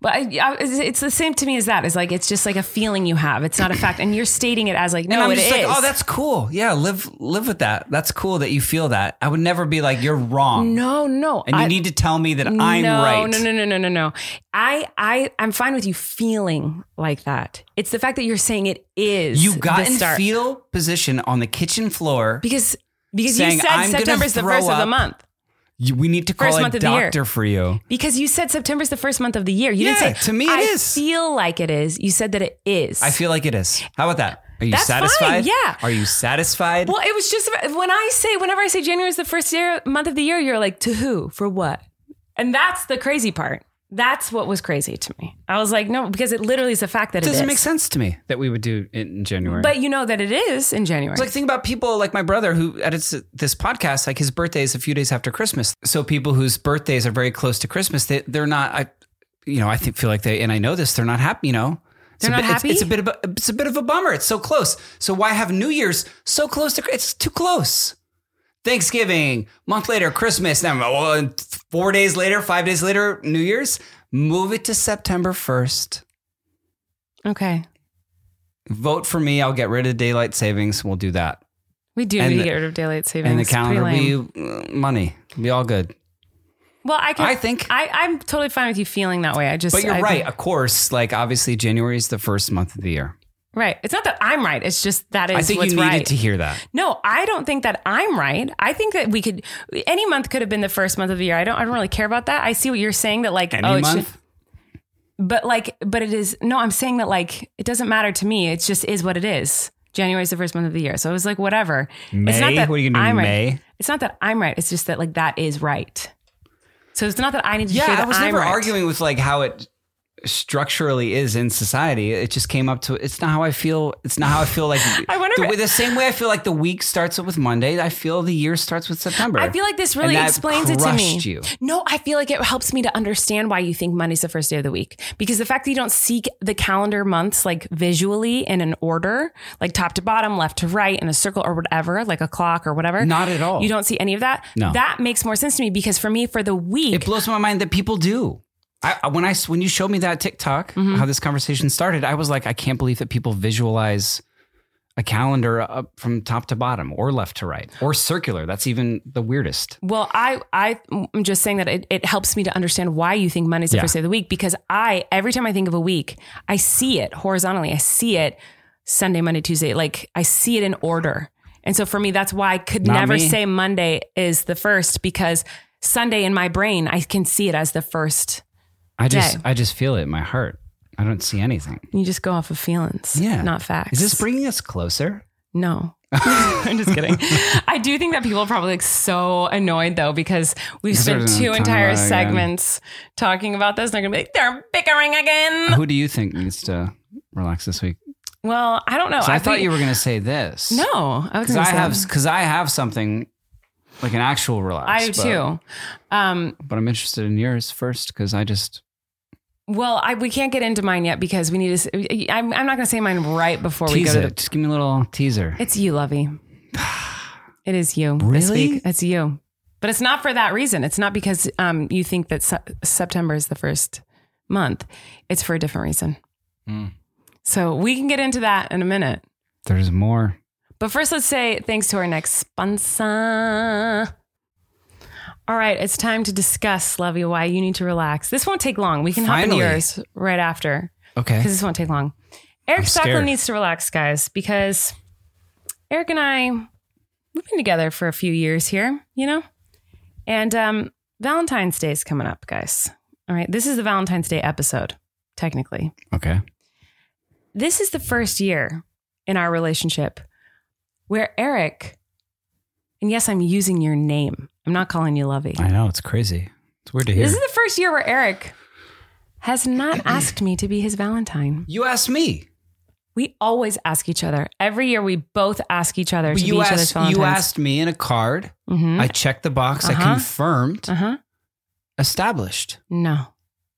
[SPEAKER 2] but I, I, it's- it's the same to me as that. It's like it's just like a feeling you have. It's not a fact, and you're stating it as like no,
[SPEAKER 3] and I'm
[SPEAKER 2] it
[SPEAKER 3] just
[SPEAKER 2] is.
[SPEAKER 3] like, oh, that's cool. Yeah, live live with that. That's cool that you feel that. I would never be like, you're wrong,
[SPEAKER 2] no, no.
[SPEAKER 3] and you
[SPEAKER 2] I-
[SPEAKER 3] need to tell me that I'm
[SPEAKER 2] no,
[SPEAKER 3] right.
[SPEAKER 2] No, no, no, no, no, no. I, I, I'm fine with you feeling like that. It's the fact that you're saying it is.
[SPEAKER 3] You got
[SPEAKER 2] the
[SPEAKER 3] in
[SPEAKER 2] start.
[SPEAKER 3] feel position on the kitchen floor.
[SPEAKER 2] because because
[SPEAKER 3] saying,
[SPEAKER 2] you said
[SPEAKER 3] "I'm gonna
[SPEAKER 2] September's the
[SPEAKER 3] throw
[SPEAKER 2] first of the
[SPEAKER 3] up."
[SPEAKER 2] month.
[SPEAKER 3] You- we need to call
[SPEAKER 2] First
[SPEAKER 3] a
[SPEAKER 2] month of the year.
[SPEAKER 3] doctor for you.
[SPEAKER 2] Because you said September's the first month of the year. You
[SPEAKER 3] Yeah,
[SPEAKER 2] didn't say
[SPEAKER 3] to me it
[SPEAKER 2] I
[SPEAKER 3] is.
[SPEAKER 2] feel like it is. You said that it is.
[SPEAKER 3] I feel like it is. How about that? Are you
[SPEAKER 2] That's fine,
[SPEAKER 3] satisfied?
[SPEAKER 2] yeah.
[SPEAKER 3] Are you satisfied?
[SPEAKER 2] Well, it was just about- when I say whenever I say January is the first year month of the year, you're like to who for what, and that's the crazy part. That's what was crazy to me. I was like, no, because it literally is a fact that
[SPEAKER 3] it
[SPEAKER 2] it
[SPEAKER 3] doesn't
[SPEAKER 2] is.
[SPEAKER 3] make sense to me that we would do it in January.
[SPEAKER 2] But you know that it is in January.
[SPEAKER 3] It's like think about people like my brother who edits this podcast. Like his birthday is a few days after Christmas, so people whose birthdays are very close to Christmas, they they're not. I, you know, I think feel like they and I know this. They're not happy. You know, it's
[SPEAKER 2] They're
[SPEAKER 3] a
[SPEAKER 2] not
[SPEAKER 3] bit, it's-
[SPEAKER 2] happy?
[SPEAKER 3] It's, a bit of a, it's a bit of a bummer. It's so close. So why have New Year's so close to? It's too close. Thanksgiving month later, Christmas. Now well, and four days later, five days later, New Year's. Move it to September first.
[SPEAKER 2] okay,
[SPEAKER 3] Vote for me. I'll get rid of daylight savings. We'll do that.
[SPEAKER 2] we do
[SPEAKER 3] And
[SPEAKER 2] need
[SPEAKER 3] the-
[SPEAKER 2] to get rid of daylight savings.
[SPEAKER 3] and the
[SPEAKER 2] It's pretty
[SPEAKER 3] calendar
[SPEAKER 2] lame.
[SPEAKER 3] will be uh, money. Be all good.
[SPEAKER 2] well, I can.
[SPEAKER 3] I think-
[SPEAKER 2] I, I'm totally fine with you feeling that way. I just.
[SPEAKER 3] But you're
[SPEAKER 2] I-
[SPEAKER 3] right. Of course, like obviously January is the first month of the year.
[SPEAKER 2] Right. It's not that I'm right. It's just that is
[SPEAKER 3] I think you
[SPEAKER 2] what's
[SPEAKER 3] needed
[SPEAKER 2] right.
[SPEAKER 3] to hear that.
[SPEAKER 2] No, I don't think that I'm right. I think that we could any month could have been the first month of the year. I don't. I don't really care about that. I see what you're saying. That like
[SPEAKER 3] Any
[SPEAKER 2] oh, it
[SPEAKER 3] month.
[SPEAKER 2] should- but like, but it is no. I'm saying that like it doesn't matter to me. It just is what it is. January is the first month of the year, so it was like whatever. It's not
[SPEAKER 3] May?
[SPEAKER 2] that
[SPEAKER 3] What are you gonna do,
[SPEAKER 2] I'm
[SPEAKER 3] May?
[SPEAKER 2] Right. It's not that I'm right. It's just that like that is right. So it's not that I need to hear
[SPEAKER 3] yeah,
[SPEAKER 2] that
[SPEAKER 3] I was
[SPEAKER 2] am
[SPEAKER 3] never
[SPEAKER 2] right.
[SPEAKER 3] arguing with like how it structurally is in society. It just came up to it's not how I feel. It's not how I feel like
[SPEAKER 2] I wonder
[SPEAKER 3] the,
[SPEAKER 2] if-
[SPEAKER 3] way- the same way I feel like the week starts with Monday. I feel the year starts with September.
[SPEAKER 2] I feel like this
[SPEAKER 3] And
[SPEAKER 2] really
[SPEAKER 3] that
[SPEAKER 2] explains it to me.
[SPEAKER 3] crushed You.
[SPEAKER 2] No, I feel like it helps me to understand why you think Monday's the first day of the week. Because the fact that you don't seek the calendar months like visually in an order, like top to bottom, left to right, in a circle or whatever, like a clock or whatever.
[SPEAKER 3] Not at all.
[SPEAKER 2] You don't see any of that.
[SPEAKER 3] No.
[SPEAKER 2] That makes more sense to me because for me, for the week,
[SPEAKER 3] It blows my mind that people do. I, I- when I s- when you showed me that TikTok,
[SPEAKER 2] Mm-hmm.
[SPEAKER 3] how this conversation started, I was like, I can't believe that people visualize a calendar up from top to bottom, or left to right, or circular. That's even the weirdest.
[SPEAKER 2] Well, I I am just saying that it, it helps me to understand why you think Monday's the
[SPEAKER 3] Yeah.
[SPEAKER 2] first day of the week because I every time I think of a week, I see it horizontally. I see it Sunday, Monday, Tuesday. Like I see it in order. And so for me, that's why I could
[SPEAKER 3] Not
[SPEAKER 2] never
[SPEAKER 3] me.
[SPEAKER 2] say Monday is the first because Sunday in my brain, I can see it as the first.
[SPEAKER 3] I just
[SPEAKER 2] Day.
[SPEAKER 3] I just feel it in my heart. I don't see anything.
[SPEAKER 2] You just go off of feelings,
[SPEAKER 3] Yeah.
[SPEAKER 2] not facts.
[SPEAKER 3] Is this bringing us closer?
[SPEAKER 2] No. I'm just kidding. I do think that people are probably like so annoyed though because we've spent
[SPEAKER 3] They're
[SPEAKER 2] two
[SPEAKER 3] gonna
[SPEAKER 2] entire
[SPEAKER 3] talk about it again.
[SPEAKER 2] segments talking about this. And they're gonna be like, they're bickering again.
[SPEAKER 3] Who do you think needs to relax this week?
[SPEAKER 2] Well, I don't know.
[SPEAKER 3] 'Cause I, thought
[SPEAKER 2] think-
[SPEAKER 3] you were going to say this.
[SPEAKER 2] no. I was
[SPEAKER 3] because
[SPEAKER 2] gonna
[SPEAKER 3] I
[SPEAKER 2] say-
[SPEAKER 3] have because I have something like an actual relax.
[SPEAKER 2] I do
[SPEAKER 3] but-
[SPEAKER 2] too. Um,
[SPEAKER 3] but I'm interested in yours first because I just
[SPEAKER 2] well, I, we can't get into mine yet because we need to. s- I'm, I'm not going to say mine right before we go
[SPEAKER 3] tease
[SPEAKER 2] to
[SPEAKER 3] it.
[SPEAKER 2] the
[SPEAKER 3] Just give me a little teaser.
[SPEAKER 2] It's you, Lovey. It is you. this
[SPEAKER 3] Really?
[SPEAKER 2] week. It's you. But it's not for that reason. It's not because um, you think that se- September is the first month. It's for a different reason.
[SPEAKER 3] Mm.
[SPEAKER 2] So we can get into that in a minute.
[SPEAKER 3] There's more.
[SPEAKER 2] But first, let's say thanks to our next sponsor. All right, it's time to discuss, Lovey, why you need to relax. This won't take long. We can hop
[SPEAKER 3] Finally.
[SPEAKER 2] into yours right after
[SPEAKER 3] Okay.
[SPEAKER 2] because this won't take long. Eric
[SPEAKER 3] I'm
[SPEAKER 2] Stockland
[SPEAKER 3] scared.
[SPEAKER 2] needs to relax, guys, because Eric and I we've been together for a few years here, you know, and um, Valentine's Day is coming up, guys. All right, this is the Valentine's Day episode, technically.
[SPEAKER 3] Okay.
[SPEAKER 2] This is the first year in our relationship where Eric, and yes, I'm using your name. I'm not calling you Lovey.
[SPEAKER 3] I know it's crazy. It's weird to hear.
[SPEAKER 2] This is the first year where Eric has not asked me to be his Valentine.
[SPEAKER 3] you asked me.
[SPEAKER 2] We always ask each other. Every year, we both ask each other to be
[SPEAKER 3] you
[SPEAKER 2] each other's
[SPEAKER 3] asked,
[SPEAKER 2] Valentines.
[SPEAKER 3] you asked me in a card.
[SPEAKER 2] hmm
[SPEAKER 3] I checked the box. I
[SPEAKER 2] Uh-huh.
[SPEAKER 3] confirmed.
[SPEAKER 2] uh huh.
[SPEAKER 3] Established.
[SPEAKER 2] No,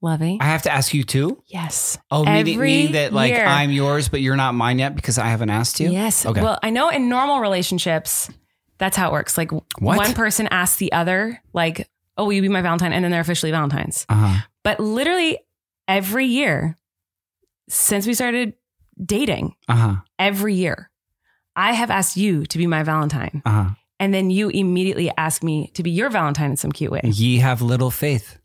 [SPEAKER 2] Lovey.
[SPEAKER 3] I have to ask you too.
[SPEAKER 2] yes.
[SPEAKER 3] Oh, meaning,
[SPEAKER 2] Every
[SPEAKER 3] meaning that like
[SPEAKER 2] year.
[SPEAKER 3] I'm yours, but you're not mine yet because I haven't asked you.
[SPEAKER 2] Yes.
[SPEAKER 3] Okay.
[SPEAKER 2] Well, I know in normal relationships, that's how it works. Like one person asks the other, like, "Oh, will you be my Valentine?" And then they're officially Valentines.
[SPEAKER 3] uh-huh.
[SPEAKER 2] But literally every year since we started dating,
[SPEAKER 3] Uh-huh.
[SPEAKER 2] every year, I have asked you to be my Valentine.
[SPEAKER 3] Uh-huh.
[SPEAKER 2] And then you immediately ask me to be your Valentine in some cute way.
[SPEAKER 3] Ye have little faith.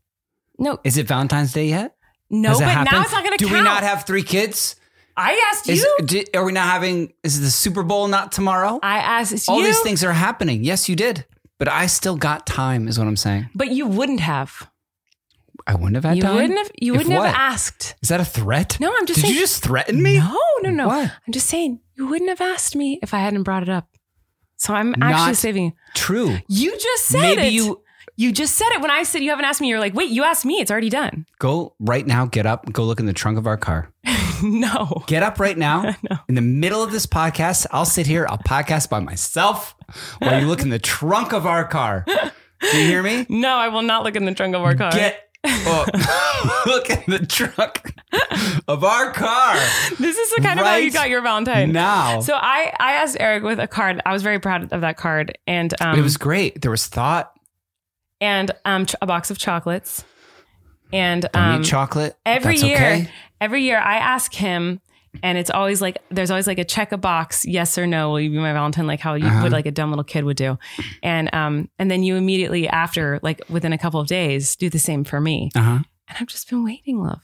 [SPEAKER 2] No,
[SPEAKER 3] Is it Valentine's Day yet?
[SPEAKER 2] no,
[SPEAKER 3] Has it
[SPEAKER 2] but
[SPEAKER 3] happened?
[SPEAKER 2] now it's not going to
[SPEAKER 3] Do
[SPEAKER 2] count.
[SPEAKER 3] we not have three kids?
[SPEAKER 2] I asked
[SPEAKER 3] Is,
[SPEAKER 2] you.
[SPEAKER 3] do, are we not having? Is the Super Bowl not tomorrow?
[SPEAKER 2] I asked
[SPEAKER 3] All
[SPEAKER 2] you.
[SPEAKER 3] these things are happening. Yes, you did, but I still got time. Is what I'm saying.
[SPEAKER 2] But you wouldn't have.
[SPEAKER 3] I wouldn't have had
[SPEAKER 2] you
[SPEAKER 3] time.
[SPEAKER 2] wouldn't have. You
[SPEAKER 3] If
[SPEAKER 2] wouldn't
[SPEAKER 3] what?
[SPEAKER 2] have asked.
[SPEAKER 3] Is that a threat?
[SPEAKER 2] No, I'm just
[SPEAKER 3] Did
[SPEAKER 2] saying-
[SPEAKER 3] you just threaten me?
[SPEAKER 2] No, no, no.
[SPEAKER 3] What?
[SPEAKER 2] I'm just saying you wouldn't have asked me if I hadn't brought it up. So I'm
[SPEAKER 3] Not
[SPEAKER 2] actually saving you.
[SPEAKER 3] True.
[SPEAKER 2] You just said
[SPEAKER 3] Maybe
[SPEAKER 2] it.
[SPEAKER 3] you-
[SPEAKER 2] you just said it when I said you haven't asked me. You're like, wait, you asked me. It's already done.
[SPEAKER 3] Go right now. Get up. Go look in the trunk of our car.
[SPEAKER 2] no.
[SPEAKER 3] Get up right now. In the middle of this podcast, I'll sit here. I'll podcast by myself while you look in the trunk of our car. Do you hear me?
[SPEAKER 2] No, I will not look in the trunk of our car.
[SPEAKER 3] Get oh, look in the trunk of our car
[SPEAKER 2] this is the kind of how you
[SPEAKER 3] right
[SPEAKER 2] got your Valentine.
[SPEAKER 3] now.
[SPEAKER 2] So I, I asked Eric with a card. I was very proud of that card, and um,
[SPEAKER 3] it was great. There was thought.
[SPEAKER 2] and um, ch- a box of chocolates, and
[SPEAKER 3] Don't
[SPEAKER 2] um,
[SPEAKER 3] eat chocolate.
[SPEAKER 2] every
[SPEAKER 3] That's
[SPEAKER 2] year
[SPEAKER 3] okay.
[SPEAKER 2] every year i ask him and it's always like there's always like a check a box yes or no will you be my valentine like how you
[SPEAKER 3] Uh-huh.
[SPEAKER 2] would like a dumb little kid would do and um and then you immediately after like within a couple of days do the same for me
[SPEAKER 3] Uh huh.
[SPEAKER 2] and i've just been waiting love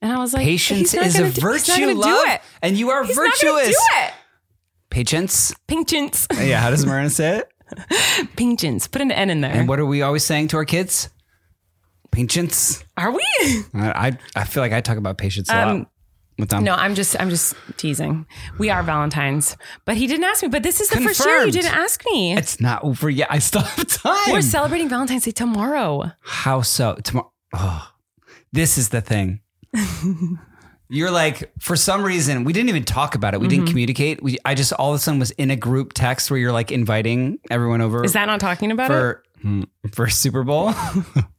[SPEAKER 2] and i was like
[SPEAKER 3] Patience
[SPEAKER 2] he's not
[SPEAKER 3] is a
[SPEAKER 2] gonna do- he's not
[SPEAKER 3] virtue,
[SPEAKER 2] gonna
[SPEAKER 3] love,
[SPEAKER 2] do it
[SPEAKER 3] and you are
[SPEAKER 2] he's
[SPEAKER 3] virtuous.
[SPEAKER 2] not gonna do it
[SPEAKER 3] Patience.
[SPEAKER 2] Pinchins.
[SPEAKER 3] Yeah. How does Marina say it?
[SPEAKER 2] Pinchins. Put an N in there.
[SPEAKER 3] And what are we always saying to our kids? Patience.
[SPEAKER 2] Are we?
[SPEAKER 3] I I, I feel like I talk about patience a lot
[SPEAKER 2] Um,
[SPEAKER 3] with them.
[SPEAKER 2] No, I'm just I'm just teasing. We are Valentines. But he didn't ask me. But this is the first year you
[SPEAKER 3] Confirmed.
[SPEAKER 2] didn't ask me.
[SPEAKER 3] It's not over yet. I still have time.
[SPEAKER 2] We're celebrating Valentine's Day tomorrow.
[SPEAKER 3] How so? Tomorrow. Oh, this is the thing. You're like, for some reason, we didn't even talk about it. We
[SPEAKER 2] Mm-hmm.
[SPEAKER 3] didn't communicate. We, I just all of a sudden was in a group text where you're like inviting everyone over
[SPEAKER 2] Is that not talking about it?
[SPEAKER 3] for hmm, for Super Bowl,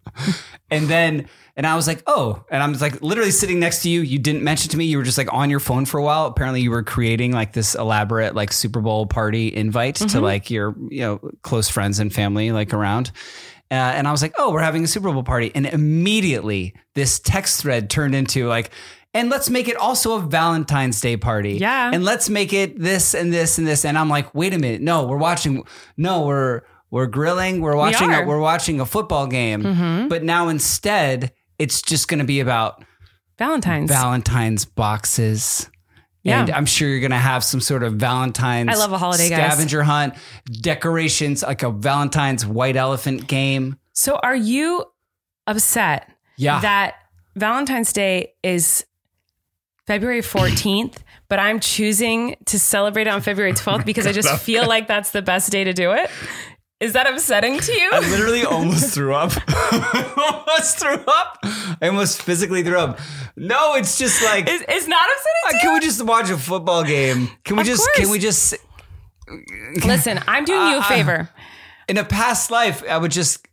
[SPEAKER 3] and then and I was like, oh, and I'm just like literally sitting next to you. You didn't mention to me. You were just like on your phone for a while. Apparently, you were creating like this elaborate like Super Bowl party invite to
[SPEAKER 2] Mm-hmm.
[SPEAKER 3] like your you know close friends and family like around. Uh, and I was like, oh, we're having a Super Bowl party, and immediately this text thread turned into like. And let's make it also a Valentine's Day party.
[SPEAKER 2] Yeah.
[SPEAKER 3] And let's make it this and this and this. And I'm like, wait a minute, no, we're watching, no, we're we're grilling, we're watching,
[SPEAKER 2] are. Mm-hmm.
[SPEAKER 3] a, we're watching a football game. But now instead, it's just going to be about
[SPEAKER 2] Valentine's.
[SPEAKER 3] Valentine's boxes.
[SPEAKER 2] Yeah.
[SPEAKER 3] And um, I'm sure you're going to have some sort of Valentine's
[SPEAKER 2] I love a holiday, guys.
[SPEAKER 3] scavenger hunt, decorations, like a Valentine's white elephant game.
[SPEAKER 2] so are you upset
[SPEAKER 3] Yeah.
[SPEAKER 2] that Valentine's Day is February 14th, but I'm choosing to celebrate on February 12th because I just feel like that's the best day to do it? Is that upsetting to you?
[SPEAKER 3] I literally almost threw up. almost threw up. I almost physically threw up. No, it's just like
[SPEAKER 2] Is it's not
[SPEAKER 3] Uh,
[SPEAKER 2] upsetting to
[SPEAKER 3] can we just watch a football game? Can we
[SPEAKER 2] Of
[SPEAKER 3] just
[SPEAKER 2] course.
[SPEAKER 3] can we just
[SPEAKER 2] you? Listen, I'm doing you a
[SPEAKER 3] Uh, uh,
[SPEAKER 2] favor.
[SPEAKER 3] in a past life I would just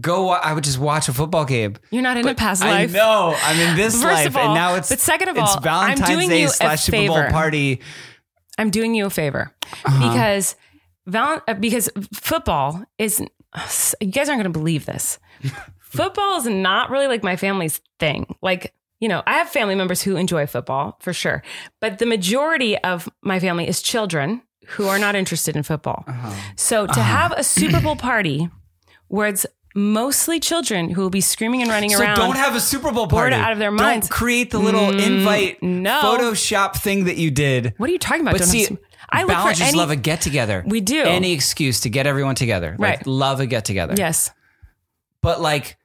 [SPEAKER 3] go wa- I would just watch a football game.
[SPEAKER 2] You're not in a past
[SPEAKER 3] I
[SPEAKER 2] life.
[SPEAKER 3] know I'm in this
[SPEAKER 2] First
[SPEAKER 3] life
[SPEAKER 2] of all-
[SPEAKER 3] and now it's
[SPEAKER 2] but second of all,
[SPEAKER 3] it's
[SPEAKER 2] I'm
[SPEAKER 3] Valentine's
[SPEAKER 2] doing
[SPEAKER 3] Day
[SPEAKER 2] you a
[SPEAKER 3] slash Super Bowl
[SPEAKER 2] favor.
[SPEAKER 3] party.
[SPEAKER 2] I'm doing you a favor
[SPEAKER 3] Uh-huh.
[SPEAKER 2] because val- uh, because football is you guys aren't going to believe this. football is not really like my family's thing. Like, you know, I have family members who enjoy football for sure, but the majority of my family is children who are not interested in football.
[SPEAKER 3] Uh-huh.
[SPEAKER 2] So to have a Super Bowl party where it's mostly children who will be screaming and running
[SPEAKER 3] So
[SPEAKER 2] around.
[SPEAKER 3] don't have a Super Bowl
[SPEAKER 2] bored
[SPEAKER 3] party.
[SPEAKER 2] out of their
[SPEAKER 3] Don't
[SPEAKER 2] minds.
[SPEAKER 3] create the little
[SPEAKER 2] Mm,
[SPEAKER 3] invite
[SPEAKER 2] no.
[SPEAKER 3] Photoshop thing that you did.
[SPEAKER 2] what are you talking about?
[SPEAKER 3] But
[SPEAKER 2] Don't have
[SPEAKER 3] see,
[SPEAKER 2] some- I look for
[SPEAKER 3] Ballers just
[SPEAKER 2] any
[SPEAKER 3] love a get together.
[SPEAKER 2] We do.
[SPEAKER 3] any excuse to get everyone together. Like,
[SPEAKER 2] Right.
[SPEAKER 3] love a get together.
[SPEAKER 2] yes.
[SPEAKER 3] But like,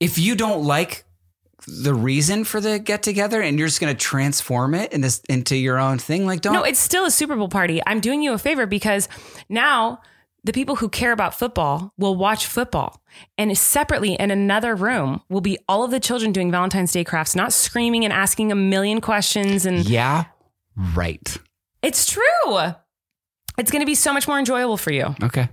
[SPEAKER 3] if you don't like the reason for the get together and you're just going to transform it in this into your own thing, like don't.
[SPEAKER 2] No, it's still a Super Bowl party. I'm doing you a favor because now the people who care about football will watch football. And separately in another room will be all of the children doing Valentine's Day crafts, not screaming and asking a million questions and
[SPEAKER 3] yeah, right.
[SPEAKER 2] It's true. It's going to be so much more enjoyable for you
[SPEAKER 3] Okay.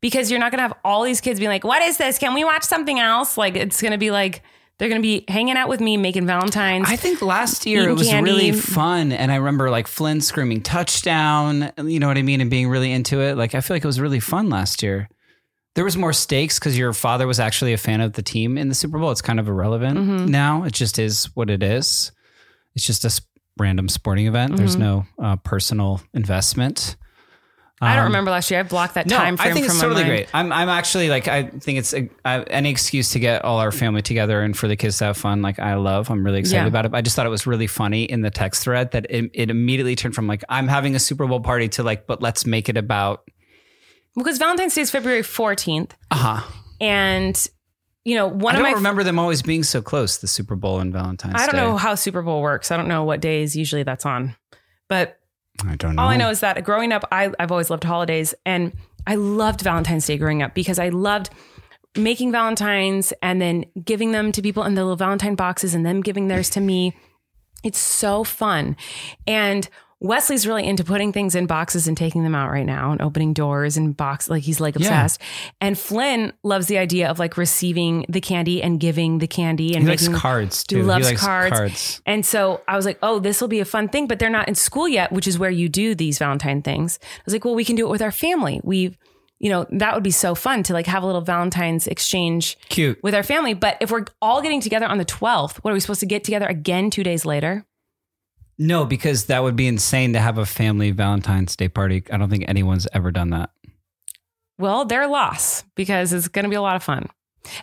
[SPEAKER 2] because you're not going to have all these kids being like, "What is this? Can we watch something else?" Like it's going to be like they're going to be hanging out with me making Valentines.
[SPEAKER 3] I think last year
[SPEAKER 2] Eating
[SPEAKER 3] it was
[SPEAKER 2] candy.
[SPEAKER 3] really fun. And I remember like Flynn screaming touchdown, you know what I mean? And being really into it. Like, I feel like it was really fun last year. There was more stakes because your father was actually a fan of the team in the Super Bowl. It's kind of irrelevant now. It just is what it is. It's just a sp- random sporting event. There's no uh, personal investment.
[SPEAKER 2] I don't
[SPEAKER 3] Um,
[SPEAKER 2] remember last year. I blocked that
[SPEAKER 3] no,
[SPEAKER 2] time frame
[SPEAKER 3] I think
[SPEAKER 2] from
[SPEAKER 3] it's
[SPEAKER 2] my
[SPEAKER 3] totally
[SPEAKER 2] mind.
[SPEAKER 3] great. I'm, I'm actually like, I think it's a, I, any excuse to get all our family together and for the kids to have fun. Like, I love. I'm really excited
[SPEAKER 2] Yeah.
[SPEAKER 3] about it. I just thought it was really funny in the text thread that it, it immediately turned from like I'm having a Super Bowl party to like, but let's make it about.
[SPEAKER 2] Because Valentine's Day is February 14th
[SPEAKER 3] Uh huh.
[SPEAKER 2] and you know, Uh-huh. one
[SPEAKER 3] I
[SPEAKER 2] of
[SPEAKER 3] don't
[SPEAKER 2] my
[SPEAKER 3] remember them always being so close. The Super Bowl and Valentine's.
[SPEAKER 2] I don't
[SPEAKER 3] Day.
[SPEAKER 2] know how Super Bowl works. I don't know what days usually that's on. But
[SPEAKER 3] I don't know.
[SPEAKER 2] All I know is that growing up, I, I've always loved holidays and I loved Valentine's Day growing up because I loved making Valentines and then giving them to people in the little Valentine boxes and them giving theirs to me. It's so fun. And Wesley's really into putting things in boxes and taking them out right now and opening doors and box like he's like obsessed. And Flynn loves the idea of like receiving the candy and giving the candy and
[SPEAKER 3] he likes
[SPEAKER 2] making
[SPEAKER 3] cards too.
[SPEAKER 2] He loves
[SPEAKER 3] he likes
[SPEAKER 2] cards. and so I was like, oh, this will be a fun thing, but they're not in school yet, which is where you do these Valentine things. I was like, well, we can do it with our family. We've, you know, that would be so fun to like have a little Valentine's exchange
[SPEAKER 3] Cute.
[SPEAKER 2] with our family. But if we're all getting together on the 12th, what are we supposed to get together again two days later?
[SPEAKER 3] No, because that would be insane to have a family Valentine's Day party. I don't think anyone's ever done that.
[SPEAKER 2] Well, they're loss because it's going to be a lot of fun.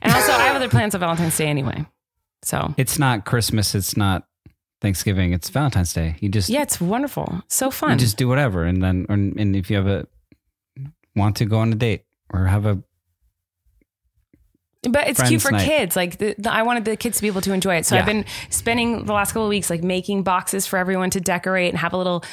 [SPEAKER 2] And also, I have other plans on Valentine's Day anyway. So,
[SPEAKER 3] It's not Christmas. It's not Thanksgiving. It's Valentine's Day. You just
[SPEAKER 2] yeah, it's wonderful. So
[SPEAKER 3] you
[SPEAKER 2] fun.
[SPEAKER 3] just do whatever, and then or, and if you have a want to go on a date or have a
[SPEAKER 2] But it's cute
[SPEAKER 3] Friends
[SPEAKER 2] for
[SPEAKER 3] night.
[SPEAKER 2] kids. Like the, the, I wanted the kids to be able to enjoy it. So I've
[SPEAKER 3] Yeah.
[SPEAKER 2] been spending the last couple of weeks like making boxes for everyone to decorate and have a little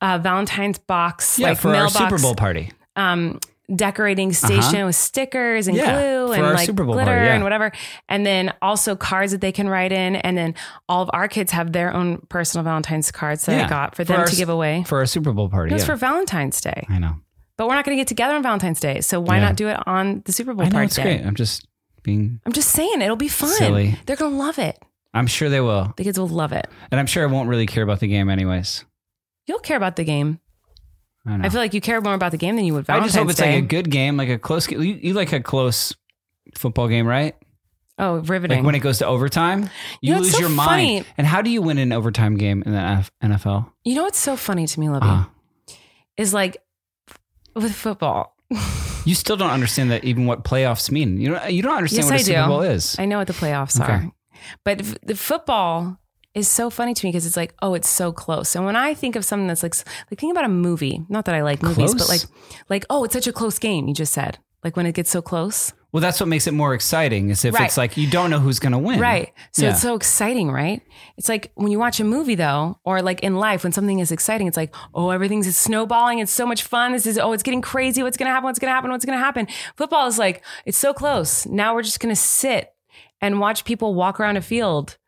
[SPEAKER 2] uh, Valentine's box, like
[SPEAKER 3] for
[SPEAKER 2] mailbox,
[SPEAKER 3] our Super Bowl party.
[SPEAKER 2] um, decorating station with stickers and
[SPEAKER 3] Yeah,
[SPEAKER 2] glue
[SPEAKER 3] for
[SPEAKER 2] and
[SPEAKER 3] our
[SPEAKER 2] like
[SPEAKER 3] Super Bowl
[SPEAKER 2] glitter
[SPEAKER 3] party, yeah.
[SPEAKER 2] and whatever. And then also cards that they can write in. And then all of our kids have their own personal Valentine's cards that I
[SPEAKER 3] Yeah.
[SPEAKER 2] got for,
[SPEAKER 3] For
[SPEAKER 2] them
[SPEAKER 3] our
[SPEAKER 2] to
[SPEAKER 3] s-
[SPEAKER 2] give away.
[SPEAKER 3] for our Super Bowl party.
[SPEAKER 2] it was
[SPEAKER 3] yeah.
[SPEAKER 2] for Valentine's Day,
[SPEAKER 3] I know.
[SPEAKER 2] but we're not going to get together on Valentine's Day. So why
[SPEAKER 3] Yeah.
[SPEAKER 2] not do it on the Super Bowl
[SPEAKER 3] I know
[SPEAKER 2] party
[SPEAKER 3] it's
[SPEAKER 2] day?
[SPEAKER 3] great. I'm just being.
[SPEAKER 2] I'm just saying it'll be fun.
[SPEAKER 3] Silly.
[SPEAKER 2] They're gonna love it.
[SPEAKER 3] I'm sure they will,
[SPEAKER 2] The kids will love it.
[SPEAKER 3] and I'm sure I won't really care about the game anyways.
[SPEAKER 2] You'll care about the game.
[SPEAKER 3] I know.
[SPEAKER 2] I feel like you care more about the game than you would
[SPEAKER 3] I
[SPEAKER 2] Valentine's
[SPEAKER 3] just hope it's
[SPEAKER 2] Day.
[SPEAKER 3] like a good game, like a close. ga- You, you like a close football game, right?
[SPEAKER 2] oh, riveting.
[SPEAKER 3] Like when it goes to overtime, you
[SPEAKER 2] You know, it's
[SPEAKER 3] lose
[SPEAKER 2] so
[SPEAKER 3] your
[SPEAKER 2] funny.
[SPEAKER 3] mind. And how do you win an overtime game in the F- NFL?
[SPEAKER 2] you know what's so funny to me, Lovey,
[SPEAKER 3] Uh,
[SPEAKER 2] is like with football.
[SPEAKER 3] you still don't understand that even what playoffs mean. You don't. You don't understand
[SPEAKER 2] Yes,
[SPEAKER 3] what
[SPEAKER 2] I
[SPEAKER 3] a Super
[SPEAKER 2] do.
[SPEAKER 3] Bowl is.
[SPEAKER 2] I know what the playoffs
[SPEAKER 3] Okay.
[SPEAKER 2] are, but f- the football is so funny to me because it's like, oh, it's so close. And when I think of something that's like, s- like think about a movie. Not that I like movies, but
[SPEAKER 3] Close?
[SPEAKER 2] like, like oh, it's such a close game. You just said like when it gets so close,
[SPEAKER 3] well, that's what makes it more exciting. Is if
[SPEAKER 2] Right.
[SPEAKER 3] it's like you don't know who's going to win.
[SPEAKER 2] right? So
[SPEAKER 3] Yeah.
[SPEAKER 2] it's so exciting, right? It's like when you watch a movie though, or like in life when something is exciting, it's like oh, everything's snowballing. It's so much fun. This is oh, it's getting crazy. What's gonna happen? What's gonna happen? What's gonna happen? Football is like it's so close. Now we're just gonna sit and watch people walk around a field.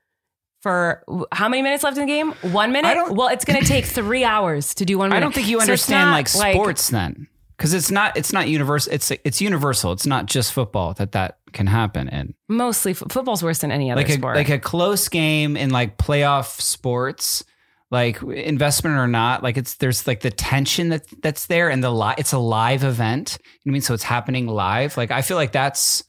[SPEAKER 2] For w- how many minutes left in the game? One minute.
[SPEAKER 3] I don't-
[SPEAKER 2] well, it's going to take three hours to do one minute.
[SPEAKER 3] I don't think you
[SPEAKER 2] So it's
[SPEAKER 3] understand
[SPEAKER 2] not
[SPEAKER 3] like sports then, because it's not. It's not universal. It's it's universal. It's not just football that that can happen in.
[SPEAKER 2] mostly f- football's worse than any other
[SPEAKER 3] like a,
[SPEAKER 2] sport.
[SPEAKER 3] like a close game in like playoff sports like investment or not like it's there's like the tension that that's there and the li- it's a live event you know what i mean so it's happening live like i feel like that's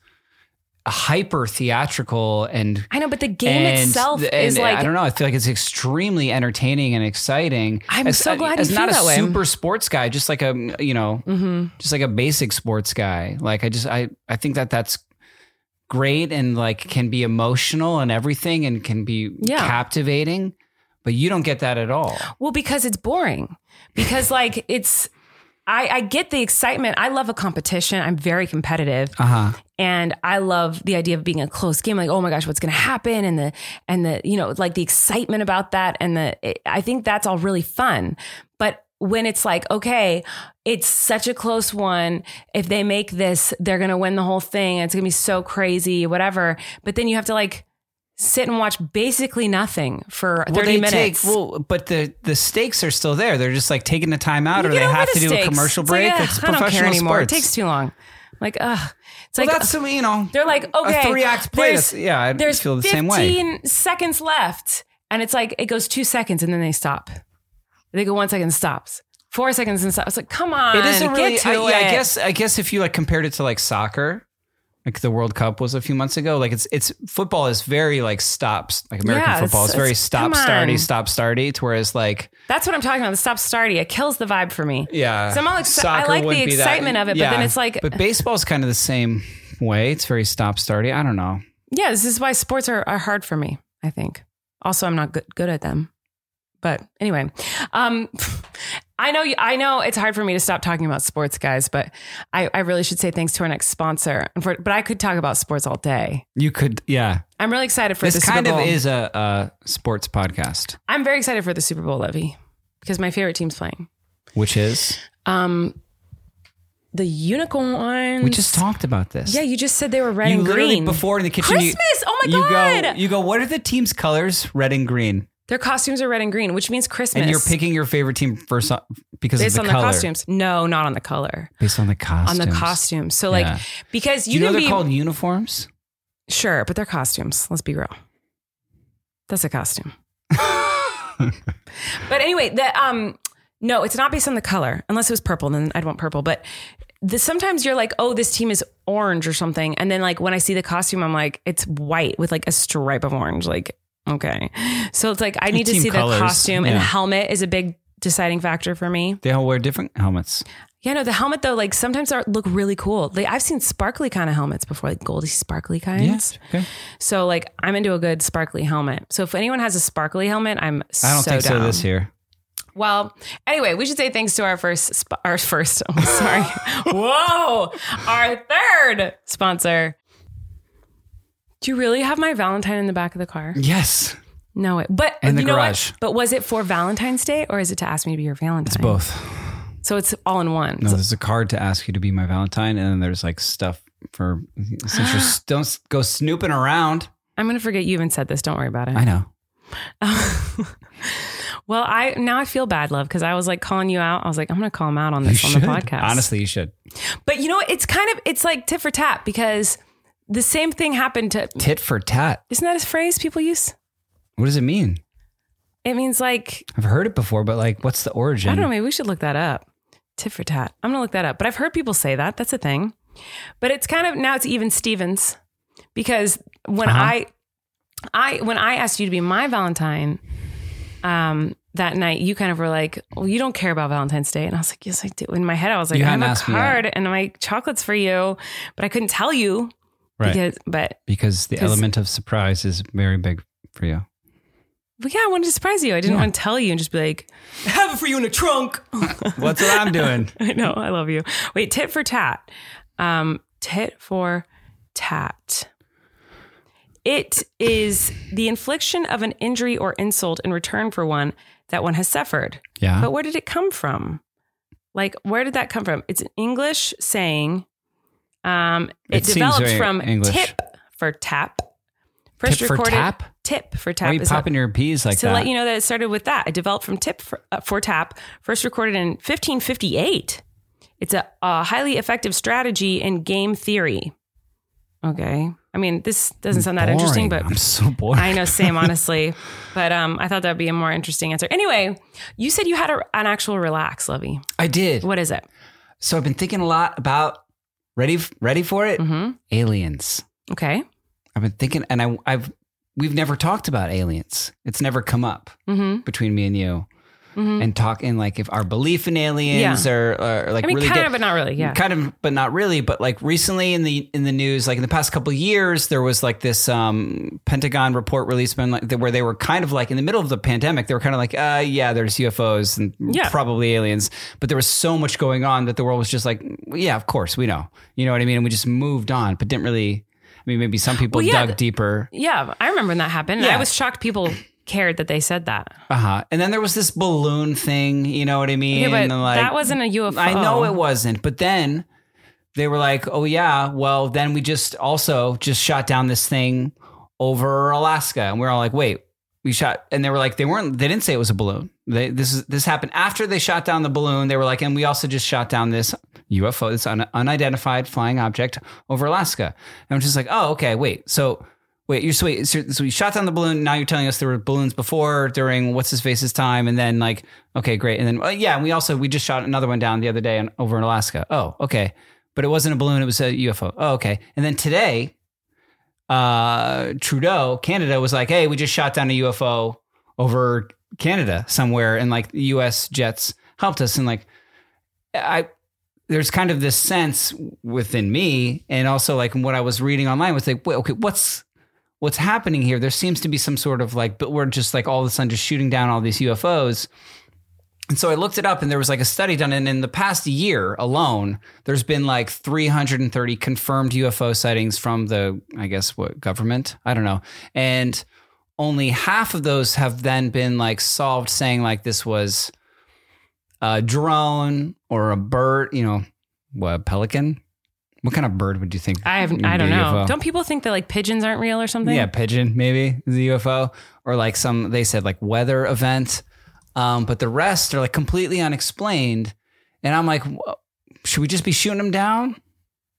[SPEAKER 3] hyper theatrical and
[SPEAKER 2] I know, but the game
[SPEAKER 3] and
[SPEAKER 2] itself
[SPEAKER 3] the-
[SPEAKER 2] is
[SPEAKER 3] and
[SPEAKER 2] like
[SPEAKER 3] I don't know. I feel like it's extremely entertaining and exciting.
[SPEAKER 2] I'm so glad you
[SPEAKER 3] as
[SPEAKER 2] feel
[SPEAKER 3] not
[SPEAKER 2] that
[SPEAKER 3] a
[SPEAKER 2] way.
[SPEAKER 3] super sports guy, just like a you know, just like a basic sports guy. Like I just I I think that that's great and like can be emotional and everything and can be
[SPEAKER 2] Yeah.
[SPEAKER 3] captivating. But you don't get that at all.
[SPEAKER 2] Well, because it's boring. Because like it's I, I get the excitement. I love a competition. I'm very competitive.
[SPEAKER 3] Uh huh.
[SPEAKER 2] And I love the idea of being a close game. Like, oh my gosh, what's gonna happen? And the and the, you know, like the excitement about that and the it, I think that's all really fun. But when it's like, okay, it's such a close one. If they make this, they're gonna win the whole thing. It's gonna be so crazy, whatever. But then you have to like sit and watch basically nothing for 30
[SPEAKER 3] they
[SPEAKER 2] minutes.
[SPEAKER 3] Take, well, but the the stakes are still there. They're just like taking the time out,
[SPEAKER 2] You
[SPEAKER 3] or
[SPEAKER 2] get
[SPEAKER 3] they
[SPEAKER 2] over
[SPEAKER 3] have
[SPEAKER 2] the
[SPEAKER 3] to do
[SPEAKER 2] stakes.
[SPEAKER 3] a commercial
[SPEAKER 2] It's like,
[SPEAKER 3] break.
[SPEAKER 2] ugh,
[SPEAKER 3] it's
[SPEAKER 2] I
[SPEAKER 3] professional
[SPEAKER 2] don't care anymore.
[SPEAKER 3] sports.
[SPEAKER 2] It takes too long. Like, ugh. It's
[SPEAKER 3] Well,
[SPEAKER 2] like
[SPEAKER 3] that's some- you know.
[SPEAKER 2] They're like, okay,
[SPEAKER 3] three-act play
[SPEAKER 2] there's-
[SPEAKER 3] is- yeah, I
[SPEAKER 2] there's
[SPEAKER 3] feel the same way.
[SPEAKER 2] 15 seconds left, and it's like it goes two seconds, and then they stop. They go one second, and stops. Four seconds and stops. It's like, come on,
[SPEAKER 3] It isn't really.
[SPEAKER 2] Get to
[SPEAKER 3] I,
[SPEAKER 2] it.
[SPEAKER 3] yeah, I guess. I guess if you like compared it to like soccer, like the World Cup was a few months ago. Like it's it's football is very like stops. Like American
[SPEAKER 2] Yeah, it's-
[SPEAKER 3] football is very
[SPEAKER 2] it's-
[SPEAKER 3] stop
[SPEAKER 2] come
[SPEAKER 3] starty
[SPEAKER 2] on.
[SPEAKER 3] stop starty. It's Whereas like
[SPEAKER 2] that's what I'm talking about. The stop starty. It kills the vibe for me.
[SPEAKER 3] yeah,
[SPEAKER 2] So I'm all exci- I
[SPEAKER 3] soccer
[SPEAKER 2] like the
[SPEAKER 3] would be that.
[SPEAKER 2] excitement of it, but then
[SPEAKER 3] Yeah.
[SPEAKER 2] it's like,
[SPEAKER 3] But baseball's kind of the same way. It's very stop starty. I don't know.
[SPEAKER 2] yeah, this is why sports are, are hard for me. I think. Also, I'm not good good at them. But anyway, um, I know you, I know it's hard for me to stop talking about sports, guys. But I, I really should say thanks to our next sponsor. And for- But I could talk about sports all day.
[SPEAKER 3] You could yeah.
[SPEAKER 2] I'm really excited for the
[SPEAKER 3] this kind
[SPEAKER 2] Super
[SPEAKER 3] of
[SPEAKER 2] Bowl.
[SPEAKER 3] is a, a sports podcast,
[SPEAKER 2] I'm very excited for the Super Bowl, Levy, because my favorite team's playing.
[SPEAKER 3] which is
[SPEAKER 2] Um, the unicorns.
[SPEAKER 3] we just talked about this.
[SPEAKER 2] Mm. Yeah, you just said they were red
[SPEAKER 3] you
[SPEAKER 2] and
[SPEAKER 3] literally
[SPEAKER 2] green.
[SPEAKER 3] before in the kitchen. you-
[SPEAKER 2] Christmas. oh my
[SPEAKER 3] you
[SPEAKER 2] god.
[SPEAKER 3] go you go what are the team's colors red and green
[SPEAKER 2] Their costumes are red and green, which means Christmas.
[SPEAKER 3] and you're picking your favorite team first on- because
[SPEAKER 2] based
[SPEAKER 3] of
[SPEAKER 2] on
[SPEAKER 3] the
[SPEAKER 2] the
[SPEAKER 3] color
[SPEAKER 2] costumes. No, not on the color.
[SPEAKER 3] based on the costumes
[SPEAKER 2] On the costumes. So like
[SPEAKER 3] Yeah.
[SPEAKER 2] because
[SPEAKER 3] Do
[SPEAKER 2] you,
[SPEAKER 3] you, know
[SPEAKER 2] can
[SPEAKER 3] they're
[SPEAKER 2] be
[SPEAKER 3] called uniforms
[SPEAKER 2] sure, but they're costumes. Let's be real. That's a costume. but anyway, the um no, it's not based on the color. Unless it was purple, then I'd want purple. But the, sometimes you're like, oh, this team is orange or something, and then like when I see the costume, I'm like, it's white with like a stripe of orange. Like, okay, so it's like I need to
[SPEAKER 3] Team
[SPEAKER 2] see
[SPEAKER 3] colours,
[SPEAKER 2] the costume and
[SPEAKER 3] yeah.
[SPEAKER 2] helmet is a big deciding factor for me.
[SPEAKER 3] they all wear different helmets
[SPEAKER 2] Yeah, no, the helmet though, like sometimes are, look really cool. Like I've seen sparkly kind of helmets before, like goldy sparkly kinds.
[SPEAKER 3] okay.
[SPEAKER 2] So like I'm into a good sparkly helmet. So if anyone has a sparkly helmet, I'm
[SPEAKER 3] i don't
[SPEAKER 2] so
[SPEAKER 3] think
[SPEAKER 2] down.
[SPEAKER 3] so this year
[SPEAKER 2] Well, anyway, we should say thanks to our first, sp- our first. I'm sorry. Whoa, our third sponsor. Do you really have my Valentine in the back of the car?
[SPEAKER 3] yes
[SPEAKER 2] No, it, but
[SPEAKER 3] In the
[SPEAKER 2] you know
[SPEAKER 3] garage.
[SPEAKER 2] What? But was it for Valentine's Day or is it to ask me to be your Valentine? It's
[SPEAKER 3] both
[SPEAKER 2] So it's all in one.
[SPEAKER 3] no there's a card to ask you to be my valentine and then there's like stuff for since you're s- don't s- go snooping around
[SPEAKER 2] I'm gonna forget you even said this. Don't worry about it.
[SPEAKER 3] i know
[SPEAKER 2] Well, I now I feel bad, love, because I was like calling you out. I was like, I'm gonna call him out on
[SPEAKER 3] you
[SPEAKER 2] this on
[SPEAKER 3] should
[SPEAKER 2] the podcast.
[SPEAKER 3] honestly you should
[SPEAKER 2] But you know, what? it's kind of it's like tit for tat because the same thing happened to
[SPEAKER 3] tit for tat
[SPEAKER 2] isn't that a phrase people use?
[SPEAKER 3] what does it mean
[SPEAKER 2] It means like
[SPEAKER 3] i've heard it before but like what's the origin
[SPEAKER 2] I don't know, maybe we should look that up. Tit for tat. I'm gonna look that up. But I've heard people say that. That's a thing. But it's kind of now it's even Stevens because when
[SPEAKER 3] Uh-huh.
[SPEAKER 2] I I when I asked you to be my Valentine um that night, you kind of were like, Well, you don't care about Valentine's Day. And I was like, Yes, I do. In my head, I was like,
[SPEAKER 3] You
[SPEAKER 2] I
[SPEAKER 3] hadn't
[SPEAKER 2] have a
[SPEAKER 3] asked me that.
[SPEAKER 2] card and my chocolate's for you, but I couldn't tell you
[SPEAKER 3] right
[SPEAKER 2] because but
[SPEAKER 3] because the
[SPEAKER 2] 'Cause-
[SPEAKER 3] element of surprise is very big for you.
[SPEAKER 2] but yeah, I wanted to surprise you. I didn't
[SPEAKER 3] Yeah.
[SPEAKER 2] want to tell you and just be like, "I have it for you in a trunk.
[SPEAKER 3] What's what I'm doing?
[SPEAKER 2] I know. I love you. Wait, tit for tat. Um, tit for tat. It is the infliction of an injury or insult in return for one that one has suffered.
[SPEAKER 3] Yeah.
[SPEAKER 2] But where did it come from? Like, where did that come from? It's an English saying. Um,
[SPEAKER 3] It
[SPEAKER 2] it,
[SPEAKER 3] seems
[SPEAKER 2] developed
[SPEAKER 3] very
[SPEAKER 2] from
[SPEAKER 3] English.
[SPEAKER 2] tip for tap. First
[SPEAKER 3] Tip for
[SPEAKER 2] recorded
[SPEAKER 3] tap?
[SPEAKER 2] tip for tap.
[SPEAKER 3] Why are you
[SPEAKER 2] is a-
[SPEAKER 3] popping your peas like
[SPEAKER 2] to
[SPEAKER 3] that?
[SPEAKER 2] let you know that it started with that. It developed from tip for, uh, for tap, first recorded in 1558. It's a, a highly effective strategy in game theory. Okay, I mean this doesn't sound that interesting, but
[SPEAKER 3] I'm so bored.
[SPEAKER 2] I know, same, honestly. But um, I thought that'd be a more interesting answer. Anyway, you said you had a, an actual relax, Levy.
[SPEAKER 3] I did.
[SPEAKER 2] What is it?
[SPEAKER 3] So I've been thinking a lot about ready f- ready for it?
[SPEAKER 2] Mm-hmm.
[SPEAKER 3] Aliens.
[SPEAKER 2] Okay.
[SPEAKER 3] I've been thinking and I I've we've never talked about aliens. It's never come up
[SPEAKER 2] Mm-hmm.
[SPEAKER 3] between me and you.
[SPEAKER 2] Mhm.
[SPEAKER 3] And talking like if our belief in aliens or, or like
[SPEAKER 2] I mean,
[SPEAKER 3] really
[SPEAKER 2] kind
[SPEAKER 3] get,
[SPEAKER 2] of, but not really. Yeah.
[SPEAKER 3] kind of but not really but like recently in the in the news like in the past couple of years there was like this um pentagon report released when, like, where they were kind of like in the middle of the pandemic they were kind of like uh yeah there's ufos and
[SPEAKER 2] Yeah.
[SPEAKER 3] probably aliens but there was so much going on that the world was just like yeah of course we know you know what i mean and we just moved on but didn't really i mean maybe some people
[SPEAKER 2] Well, yeah,
[SPEAKER 3] dug
[SPEAKER 2] th-
[SPEAKER 3] deeper
[SPEAKER 2] yeah, I remember when that happened.
[SPEAKER 3] Yeah.
[SPEAKER 2] I was shocked people cared that they said that.
[SPEAKER 3] uh-huh and then there was this balloon thing you know what i mean
[SPEAKER 2] Yeah, but
[SPEAKER 3] And, like,
[SPEAKER 2] that wasn't a UFO.
[SPEAKER 3] I know it wasn't, but then they were like, "Oh yeah, well then we just also just shot down this thing over Alaska. And we are all like, wait, we shot, and they were like, they weren't, they didn't say it was a balloon. They, this is, this happened after they shot down the balloon. They were like, and we also just shot down this UFO, this un, unidentified flying object over Alaska. And I'm just like, oh, okay, wait. So, wait, you're so, wait, so, so we shot down the balloon. Now you're telling us there were balloons before, during what's his face's time. And then like, okay, great. And then, uh, yeah, and we also, we just shot another one down the other day on, over in Alaska. Oh, okay. But it wasn't a balloon. It was a UFO. Oh, okay. And then today, uh, Trudeau, Canada was like, hey, we just shot down a UFO over Canada somewhere, and like the U.S. jets helped us. And like, I there's kind of this sense within me, and also like what I was reading online was like, wait, okay, what's what's happening here? There seems to be some sort of like, but we're just like all of a sudden just shooting down all these UFOs. And so I looked it up, and there was like a study done, and in the past year alone, there's been like 330 confirmed UFO sightings from the, I guess, what government? I don't know. And only half of those have then been like solved, saying like this was a drone or a bird, you know, what, a pelican? What kind of bird would you think?
[SPEAKER 2] I have
[SPEAKER 3] would
[SPEAKER 2] I
[SPEAKER 3] be
[SPEAKER 2] don't
[SPEAKER 3] a
[SPEAKER 2] know.
[SPEAKER 3] UFO?
[SPEAKER 2] Don't people think that like pigeons aren't real or something?
[SPEAKER 3] Yeah, pigeon maybe is a UFO or like some they said like weather event, um, but the rest are like completely unexplained. And I'm like, wha- should we just be shooting them down?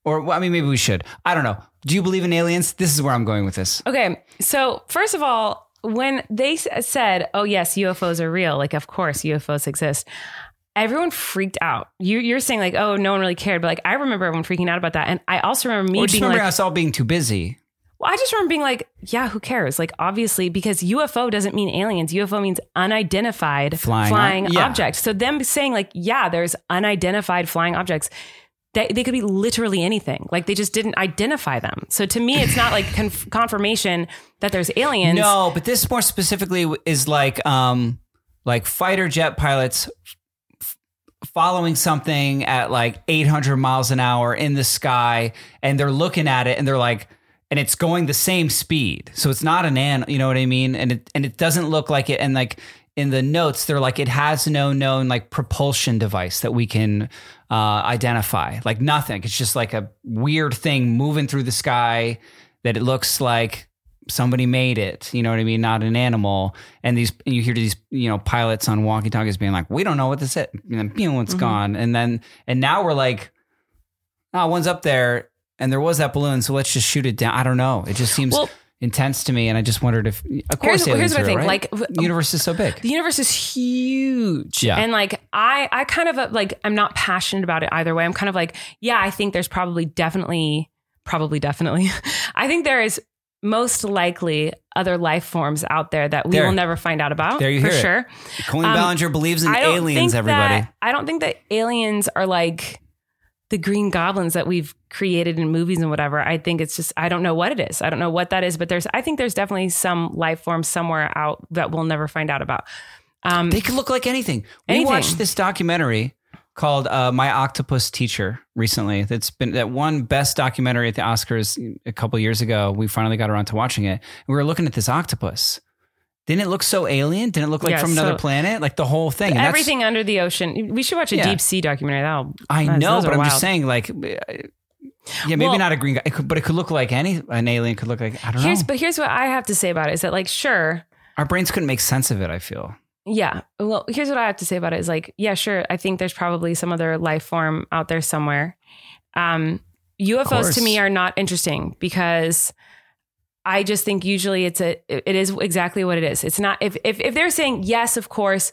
[SPEAKER 3] Or well, I mean, maybe we should. I don't know. Do you believe in aliens? This is where I'm going with this.
[SPEAKER 2] Okay. So, first of all, when they s- said, "Oh yes, UFOs are real," like of course UFOs exist. Everyone freaked out. You, you're saying like, "Oh, no one really cared," but like I remember everyone freaking out about that, and I also remember me
[SPEAKER 3] Or just
[SPEAKER 2] being
[SPEAKER 3] remember
[SPEAKER 2] like,
[SPEAKER 3] us all being too busy.
[SPEAKER 2] Well, I just remember being like, "Yeah, who cares?" Like obviously, because UFO doesn't mean aliens. UFO means unidentified
[SPEAKER 3] Flying ob- yeah.
[SPEAKER 2] object. So them saying like, "Yeah, there's unidentified flying objects." They, they could be literally anything. Like they just didn't identify them. So to me, it's not like conf- confirmation that there's aliens.
[SPEAKER 3] No, but this more specifically is like um like fighter jet pilots f- following something at like 800 miles an hour in the sky and they're looking at it and they're like and it's going the same speed. So it's not an an, you know what I mean? And it and it doesn't look like it and like in the notes they're like it has no known like propulsion device that we can uh identify. Like nothing. It's just like a weird thing moving through the sky that it looks like somebody made it you know what i mean not an animal and these and you hear these you know pilots on walkie talkies being like we don't know what this is and then boom,
[SPEAKER 2] Mm-hmm.
[SPEAKER 3] it's gone and then and now we're like oh one's up there and there was that balloon so let's just shoot it down i don't know it just seems
[SPEAKER 2] Well-
[SPEAKER 3] intense to me and i just wondered if of course
[SPEAKER 2] Here's- here's
[SPEAKER 3] aliens
[SPEAKER 2] what I
[SPEAKER 3] are,
[SPEAKER 2] think,
[SPEAKER 3] right?
[SPEAKER 2] like,
[SPEAKER 3] The universe is so big
[SPEAKER 2] the universe is huge
[SPEAKER 3] Yeah.
[SPEAKER 2] and like i i kind of uh, like i'm not passionate about it either way i'm kind of like yeah i think there's probably definitely probably definitely i think there is most likely other life forms out there that we
[SPEAKER 3] There.
[SPEAKER 2] will never find out about
[SPEAKER 3] There you
[SPEAKER 2] for
[SPEAKER 3] hear it.
[SPEAKER 2] sure
[SPEAKER 3] colleen
[SPEAKER 2] um,
[SPEAKER 3] ballinger believes in
[SPEAKER 2] I don't
[SPEAKER 3] aliens
[SPEAKER 2] think
[SPEAKER 3] everybody
[SPEAKER 2] that, i don't think that aliens are like the green goblins that we've created in movies and whatever i think it's just i don't know what it is i don't know what that is but there's i think there's definitely some life form somewhere out that we'll never find out about um,
[SPEAKER 3] They could look like anything. We
[SPEAKER 2] Anything.
[SPEAKER 3] watched this documentary called uh, "My Octopus Teacher" recently. That's been that one best documentary at the Oscars a couple years ago. We finally got around to watching it. And we were looking at this octopus. Didn't it look so alien? Didn't it look like
[SPEAKER 2] Yeah,
[SPEAKER 3] from another
[SPEAKER 2] so-
[SPEAKER 3] planet? Like the whole thing. And that's-
[SPEAKER 2] Everything under the ocean. We should watch a
[SPEAKER 3] Yeah.
[SPEAKER 2] deep sea documentary. That'll.
[SPEAKER 3] I
[SPEAKER 2] those
[SPEAKER 3] know,
[SPEAKER 2] are
[SPEAKER 3] but I'm
[SPEAKER 2] wild.
[SPEAKER 3] just saying, like, uh, yeah, maybe
[SPEAKER 2] Well-
[SPEAKER 3] not a green guy, it could, but it could look like any an alien could look like. I don't
[SPEAKER 2] Here's
[SPEAKER 3] know.
[SPEAKER 2] but here's what I have to say about it is that like sure
[SPEAKER 3] Our brains couldn't make sense of it. I feel.
[SPEAKER 2] yeah well here's what I have to say about it is like yeah sure I think there's probably some other life form out there somewhere. Um, UFOs
[SPEAKER 3] course.
[SPEAKER 2] to me are not interesting because I just think usually it's a it is exactly what it is. It's not if if if they're saying yes, of course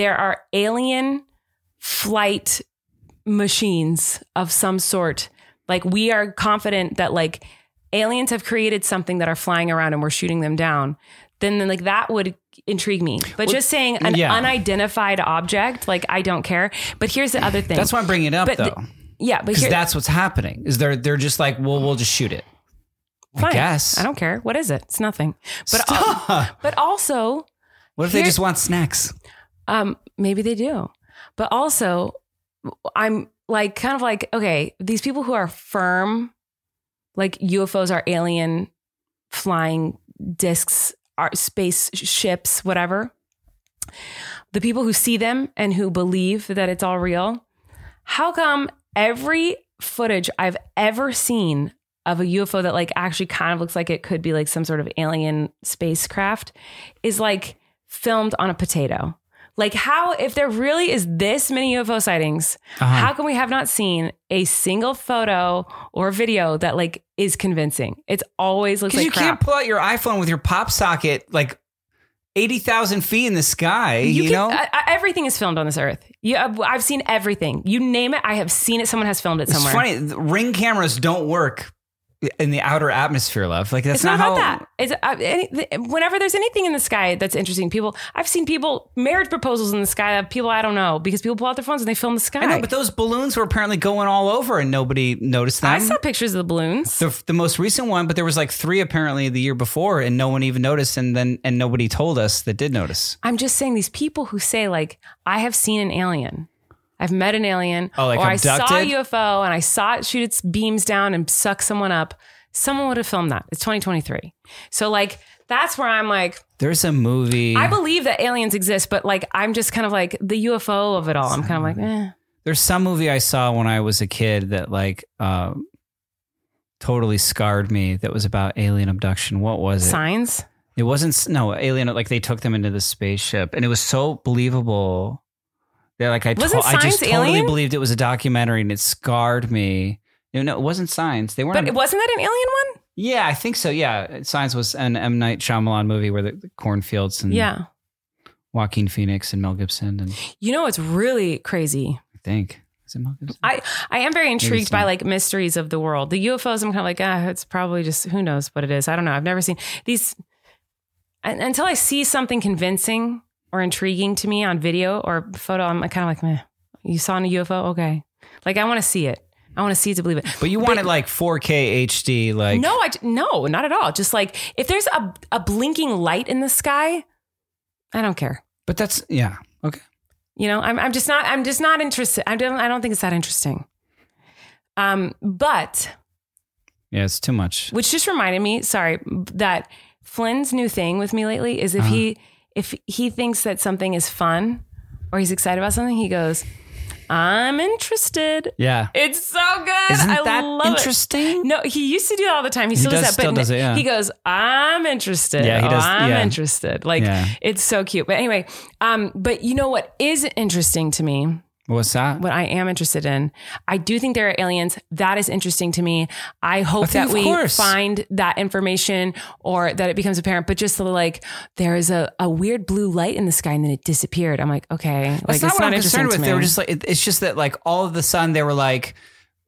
[SPEAKER 2] there are alien flight machines of some sort. Like we are confident that like aliens have created something that are flying around and we're shooting them down. Then, then like that would intrigue me. But just saying an
[SPEAKER 3] yeah.
[SPEAKER 2] unidentified object, like I don't care. But here's the other thing.
[SPEAKER 3] That's why I'm bringing it up,
[SPEAKER 2] But the-
[SPEAKER 3] though,
[SPEAKER 2] yeah, but
[SPEAKER 3] because
[SPEAKER 2] here,
[SPEAKER 3] that's what's happening. Is they're they're just like, well, we'll just shoot it.
[SPEAKER 2] fine.
[SPEAKER 3] guess.
[SPEAKER 2] I don't care. What is it? It's nothing. But uh,
[SPEAKER 3] Stop.
[SPEAKER 2] but also,
[SPEAKER 3] What if
[SPEAKER 2] Here-
[SPEAKER 3] they just want snacks?
[SPEAKER 2] um, maybe they do. But also, I'm like kind of like okay, these people who are firm, like UFOs are alien flying discs, are space ships, whatever. The people who see them and who believe that it's all real. How come every footage I've ever seen of a UFO that like actually kind of looks like it could be like some sort of alien spacecraft is like filmed on a potato. Like how if there really is this many UFO sightings, how can we have not seen a single photo or video that like is convincing? It's always looks like
[SPEAKER 3] Because you
[SPEAKER 2] crap.
[SPEAKER 3] can't pull out your iPhone with your pop socket like eighty thousand feet in the sky. You, know,
[SPEAKER 2] I, I- everything is filmed on this earth. You, I've, I've seen everything. You name it, I have seen it. Someone has filmed it
[SPEAKER 3] it's
[SPEAKER 2] somewhere.
[SPEAKER 3] funny. the Ring cameras don't work in the outer atmosphere, love. Like that's
[SPEAKER 2] It's not,
[SPEAKER 3] how.
[SPEAKER 2] about that. It's uh, any, th- whenever there's anything in the sky that's interesting, people. I've seen people marriage proposals in the sky of people I don't know because people pull out their phones and they film the sky.
[SPEAKER 3] I know, but those balloons were apparently going all over, and nobody noticed them.
[SPEAKER 2] I saw pictures of the balloons.
[SPEAKER 3] the, the most recent one, but there was like three apparently the year before, and no one even noticed, and then and nobody told us that did notice.
[SPEAKER 2] I'm just saying these people who say like I have seen an alien. I've met an alien,
[SPEAKER 3] Oh, like
[SPEAKER 2] or I saw a
[SPEAKER 3] abducted?
[SPEAKER 2] UFO and I saw it shoot its beams down and suck someone up. Someone would have filmed that. It's 2023, so like that's where I'm like,
[SPEAKER 3] There's a movie.
[SPEAKER 2] I believe that aliens exist, but like I'm just kind of like the UFO of it all. I'm kind of like, eh.
[SPEAKER 3] There's some movie I saw when I was a kid that like uh, totally scarred me. That was about alien abduction. What was it?
[SPEAKER 2] eh, signs.
[SPEAKER 3] It wasn't s- no alien. Like they took them into the spaceship, and it was so believable. That like I, to-
[SPEAKER 2] Wasn't
[SPEAKER 3] I just
[SPEAKER 2] Signs
[SPEAKER 3] totally
[SPEAKER 2] alien?
[SPEAKER 3] believed it was a documentary, and it scarred me. No, no, it wasn't science. They weren't.
[SPEAKER 2] But wasn't that an alien one?
[SPEAKER 3] Yeah, I think so. Yeah, Signs was an M Night Shyamalan movie where the, the cornfields and
[SPEAKER 2] Yeah.
[SPEAKER 3] Joaquin Phoenix and Mel Gibson and I
[SPEAKER 2] You know, it's really crazy.
[SPEAKER 3] think is it Mel Gibson?
[SPEAKER 2] I, I am very intrigued by
[SPEAKER 3] so.
[SPEAKER 2] like mysteries of the world. The UFOs, I'm kind of like, ah, it's probably just who knows what it is. I don't know. I've never seen these un- until I see something convincing or intriguing to me on video or photo. I'm kind of like, meh. You saw a UFO? Okay. Like I want to see it. I want to see it to believe it.
[SPEAKER 3] but you wanted like 4K HD, like
[SPEAKER 2] no, I j- no, not at all. Just like if there's a a blinking light in the sky, I don't care.
[SPEAKER 3] But that's yeah, okay.
[SPEAKER 2] You know, I'm, I'm just not, I'm just not interested. I don't, I don't think it's that interesting. Um, but
[SPEAKER 3] Yeah, it's too much.
[SPEAKER 2] which just reminded me, sorry, that Flynn's new thing with me lately is if
[SPEAKER 3] Uh-huh.
[SPEAKER 2] he, if he thinks that something is fun or he's excited about something, he goes, I'm interested.
[SPEAKER 3] Yeah,
[SPEAKER 2] It's so good.
[SPEAKER 3] isn't
[SPEAKER 2] I
[SPEAKER 3] that
[SPEAKER 2] love
[SPEAKER 3] interesting?
[SPEAKER 2] it. No, he used to do that all the time. He still does,
[SPEAKER 3] does-
[SPEAKER 2] that, but
[SPEAKER 3] still does it, yeah.
[SPEAKER 2] he goes, "I'm interested.
[SPEAKER 3] Yeah,
[SPEAKER 2] Yeah,
[SPEAKER 3] he does-
[SPEAKER 2] I'm
[SPEAKER 3] yeah.
[SPEAKER 2] interested. Like
[SPEAKER 3] Yeah.
[SPEAKER 2] it's so cute." But anyway, um, but you know what is interesting to me
[SPEAKER 3] What's that?
[SPEAKER 2] what I am interested in. I do think there are aliens. That is interesting to me. I hope
[SPEAKER 3] think
[SPEAKER 2] that
[SPEAKER 3] of
[SPEAKER 2] we
[SPEAKER 3] course.
[SPEAKER 2] find that information or that it becomes apparent. But just like there is a, a weird blue light in the sky and then it disappeared. I'm like, okay, like
[SPEAKER 3] That's not
[SPEAKER 2] it's
[SPEAKER 3] what
[SPEAKER 2] not
[SPEAKER 3] I'm
[SPEAKER 2] interesting
[SPEAKER 3] concerned
[SPEAKER 2] to
[SPEAKER 3] with.
[SPEAKER 2] me.
[SPEAKER 3] They were just like it- it's just that like all of a sudden they were like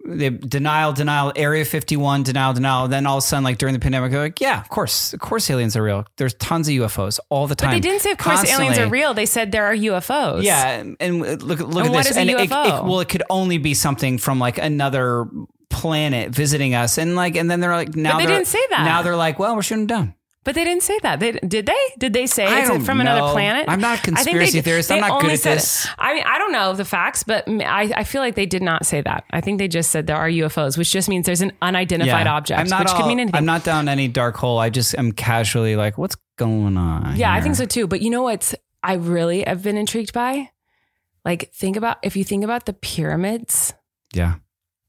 [SPEAKER 3] they denial, denial, Area 51, denial, denial. And then all of a sudden, like during the pandemic, they're like, yeah, of course, of course, aliens are real. There's tons of UFOs all the time.
[SPEAKER 2] but they didn't say, of course, aliens are
[SPEAKER 3] Constantly.
[SPEAKER 2] real. They said there are UFOs.
[SPEAKER 3] Yeah, and- and look look
[SPEAKER 2] And
[SPEAKER 3] at
[SPEAKER 2] what
[SPEAKER 3] this.
[SPEAKER 2] is a
[SPEAKER 3] and it- It,
[SPEAKER 2] UFO?
[SPEAKER 3] well, it could only be something from like another planet visiting us, and like, and then they're like, now
[SPEAKER 2] they
[SPEAKER 3] they're-
[SPEAKER 2] didn't say that.
[SPEAKER 3] Now they're like, well, we're shooting them down.
[SPEAKER 2] But they didn't say that. They, did they? Did they say
[SPEAKER 3] I
[SPEAKER 2] is
[SPEAKER 3] don't
[SPEAKER 2] it from
[SPEAKER 3] know.
[SPEAKER 2] another planet?
[SPEAKER 3] I'm not
[SPEAKER 2] I
[SPEAKER 3] a
[SPEAKER 2] think they
[SPEAKER 3] conspiracy
[SPEAKER 2] did-
[SPEAKER 3] theorist. I'm
[SPEAKER 2] they
[SPEAKER 3] not good
[SPEAKER 2] only
[SPEAKER 3] at
[SPEAKER 2] said it.
[SPEAKER 3] this.
[SPEAKER 2] I mean, I don't know the facts, but m- I, I feel like they did not say that. I think they just said there are UFOs, which just means there's an unidentified object,
[SPEAKER 3] I'm not
[SPEAKER 2] which could
[SPEAKER 3] all-
[SPEAKER 2] mean anything.
[SPEAKER 3] I'm not down any dark hole. I just am casually like, what's going on?
[SPEAKER 2] yeah, I
[SPEAKER 3] here?
[SPEAKER 2] think so too. But you know what's I really have been intrigued by? Like, think about if you think about the pyramids,
[SPEAKER 3] Yeah,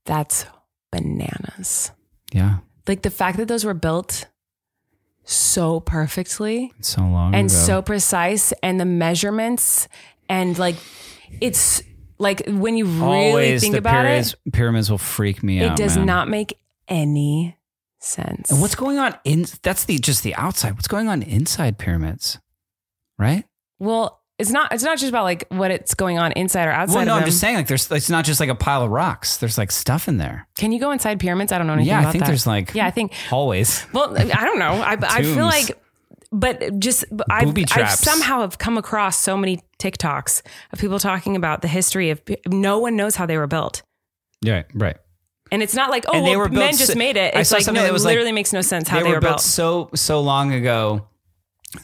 [SPEAKER 2] that's bananas.
[SPEAKER 3] yeah.
[SPEAKER 2] Like the fact that those were built so perfectly.
[SPEAKER 3] It's so long
[SPEAKER 2] and
[SPEAKER 3] ago.
[SPEAKER 2] so precise and the measurements and like it's like when you really
[SPEAKER 3] Always
[SPEAKER 2] think
[SPEAKER 3] the
[SPEAKER 2] about
[SPEAKER 3] pyramids,
[SPEAKER 2] it
[SPEAKER 3] pyramids will freak me out.
[SPEAKER 2] it does
[SPEAKER 3] man.
[SPEAKER 2] not make any sense
[SPEAKER 3] And what's going on in? That's the just the outside. What's going on inside pyramids? Right.
[SPEAKER 2] well it's not it's not just about like what it's going on inside or outside
[SPEAKER 3] Well, no,
[SPEAKER 2] of
[SPEAKER 3] I'm
[SPEAKER 2] them.
[SPEAKER 3] just saying, like, there's it's not just like a pile of rocks. There's like stuff in there.
[SPEAKER 2] can you go inside pyramids i don't know anything
[SPEAKER 3] yeah,
[SPEAKER 2] about
[SPEAKER 3] I think
[SPEAKER 2] that.
[SPEAKER 3] there's like
[SPEAKER 2] yeah i think
[SPEAKER 3] always.
[SPEAKER 2] well i don't know i, I
[SPEAKER 3] Tombs.
[SPEAKER 2] feel like but just but I've,
[SPEAKER 3] Booby
[SPEAKER 2] I've
[SPEAKER 3] traps.
[SPEAKER 2] somehow have come across so many tiktoks of people talking about the history of no one knows how they were built
[SPEAKER 3] Yeah, right.
[SPEAKER 2] And it's not like, oh,
[SPEAKER 3] And they
[SPEAKER 2] well,
[SPEAKER 3] were built
[SPEAKER 2] men just
[SPEAKER 3] so-
[SPEAKER 2] made it.
[SPEAKER 3] I
[SPEAKER 2] It's
[SPEAKER 3] saw
[SPEAKER 2] like,
[SPEAKER 3] something
[SPEAKER 2] no,
[SPEAKER 3] that was
[SPEAKER 2] it
[SPEAKER 3] like-
[SPEAKER 2] literally makes no sense how
[SPEAKER 3] they, were, built,
[SPEAKER 2] built.
[SPEAKER 3] so so long ago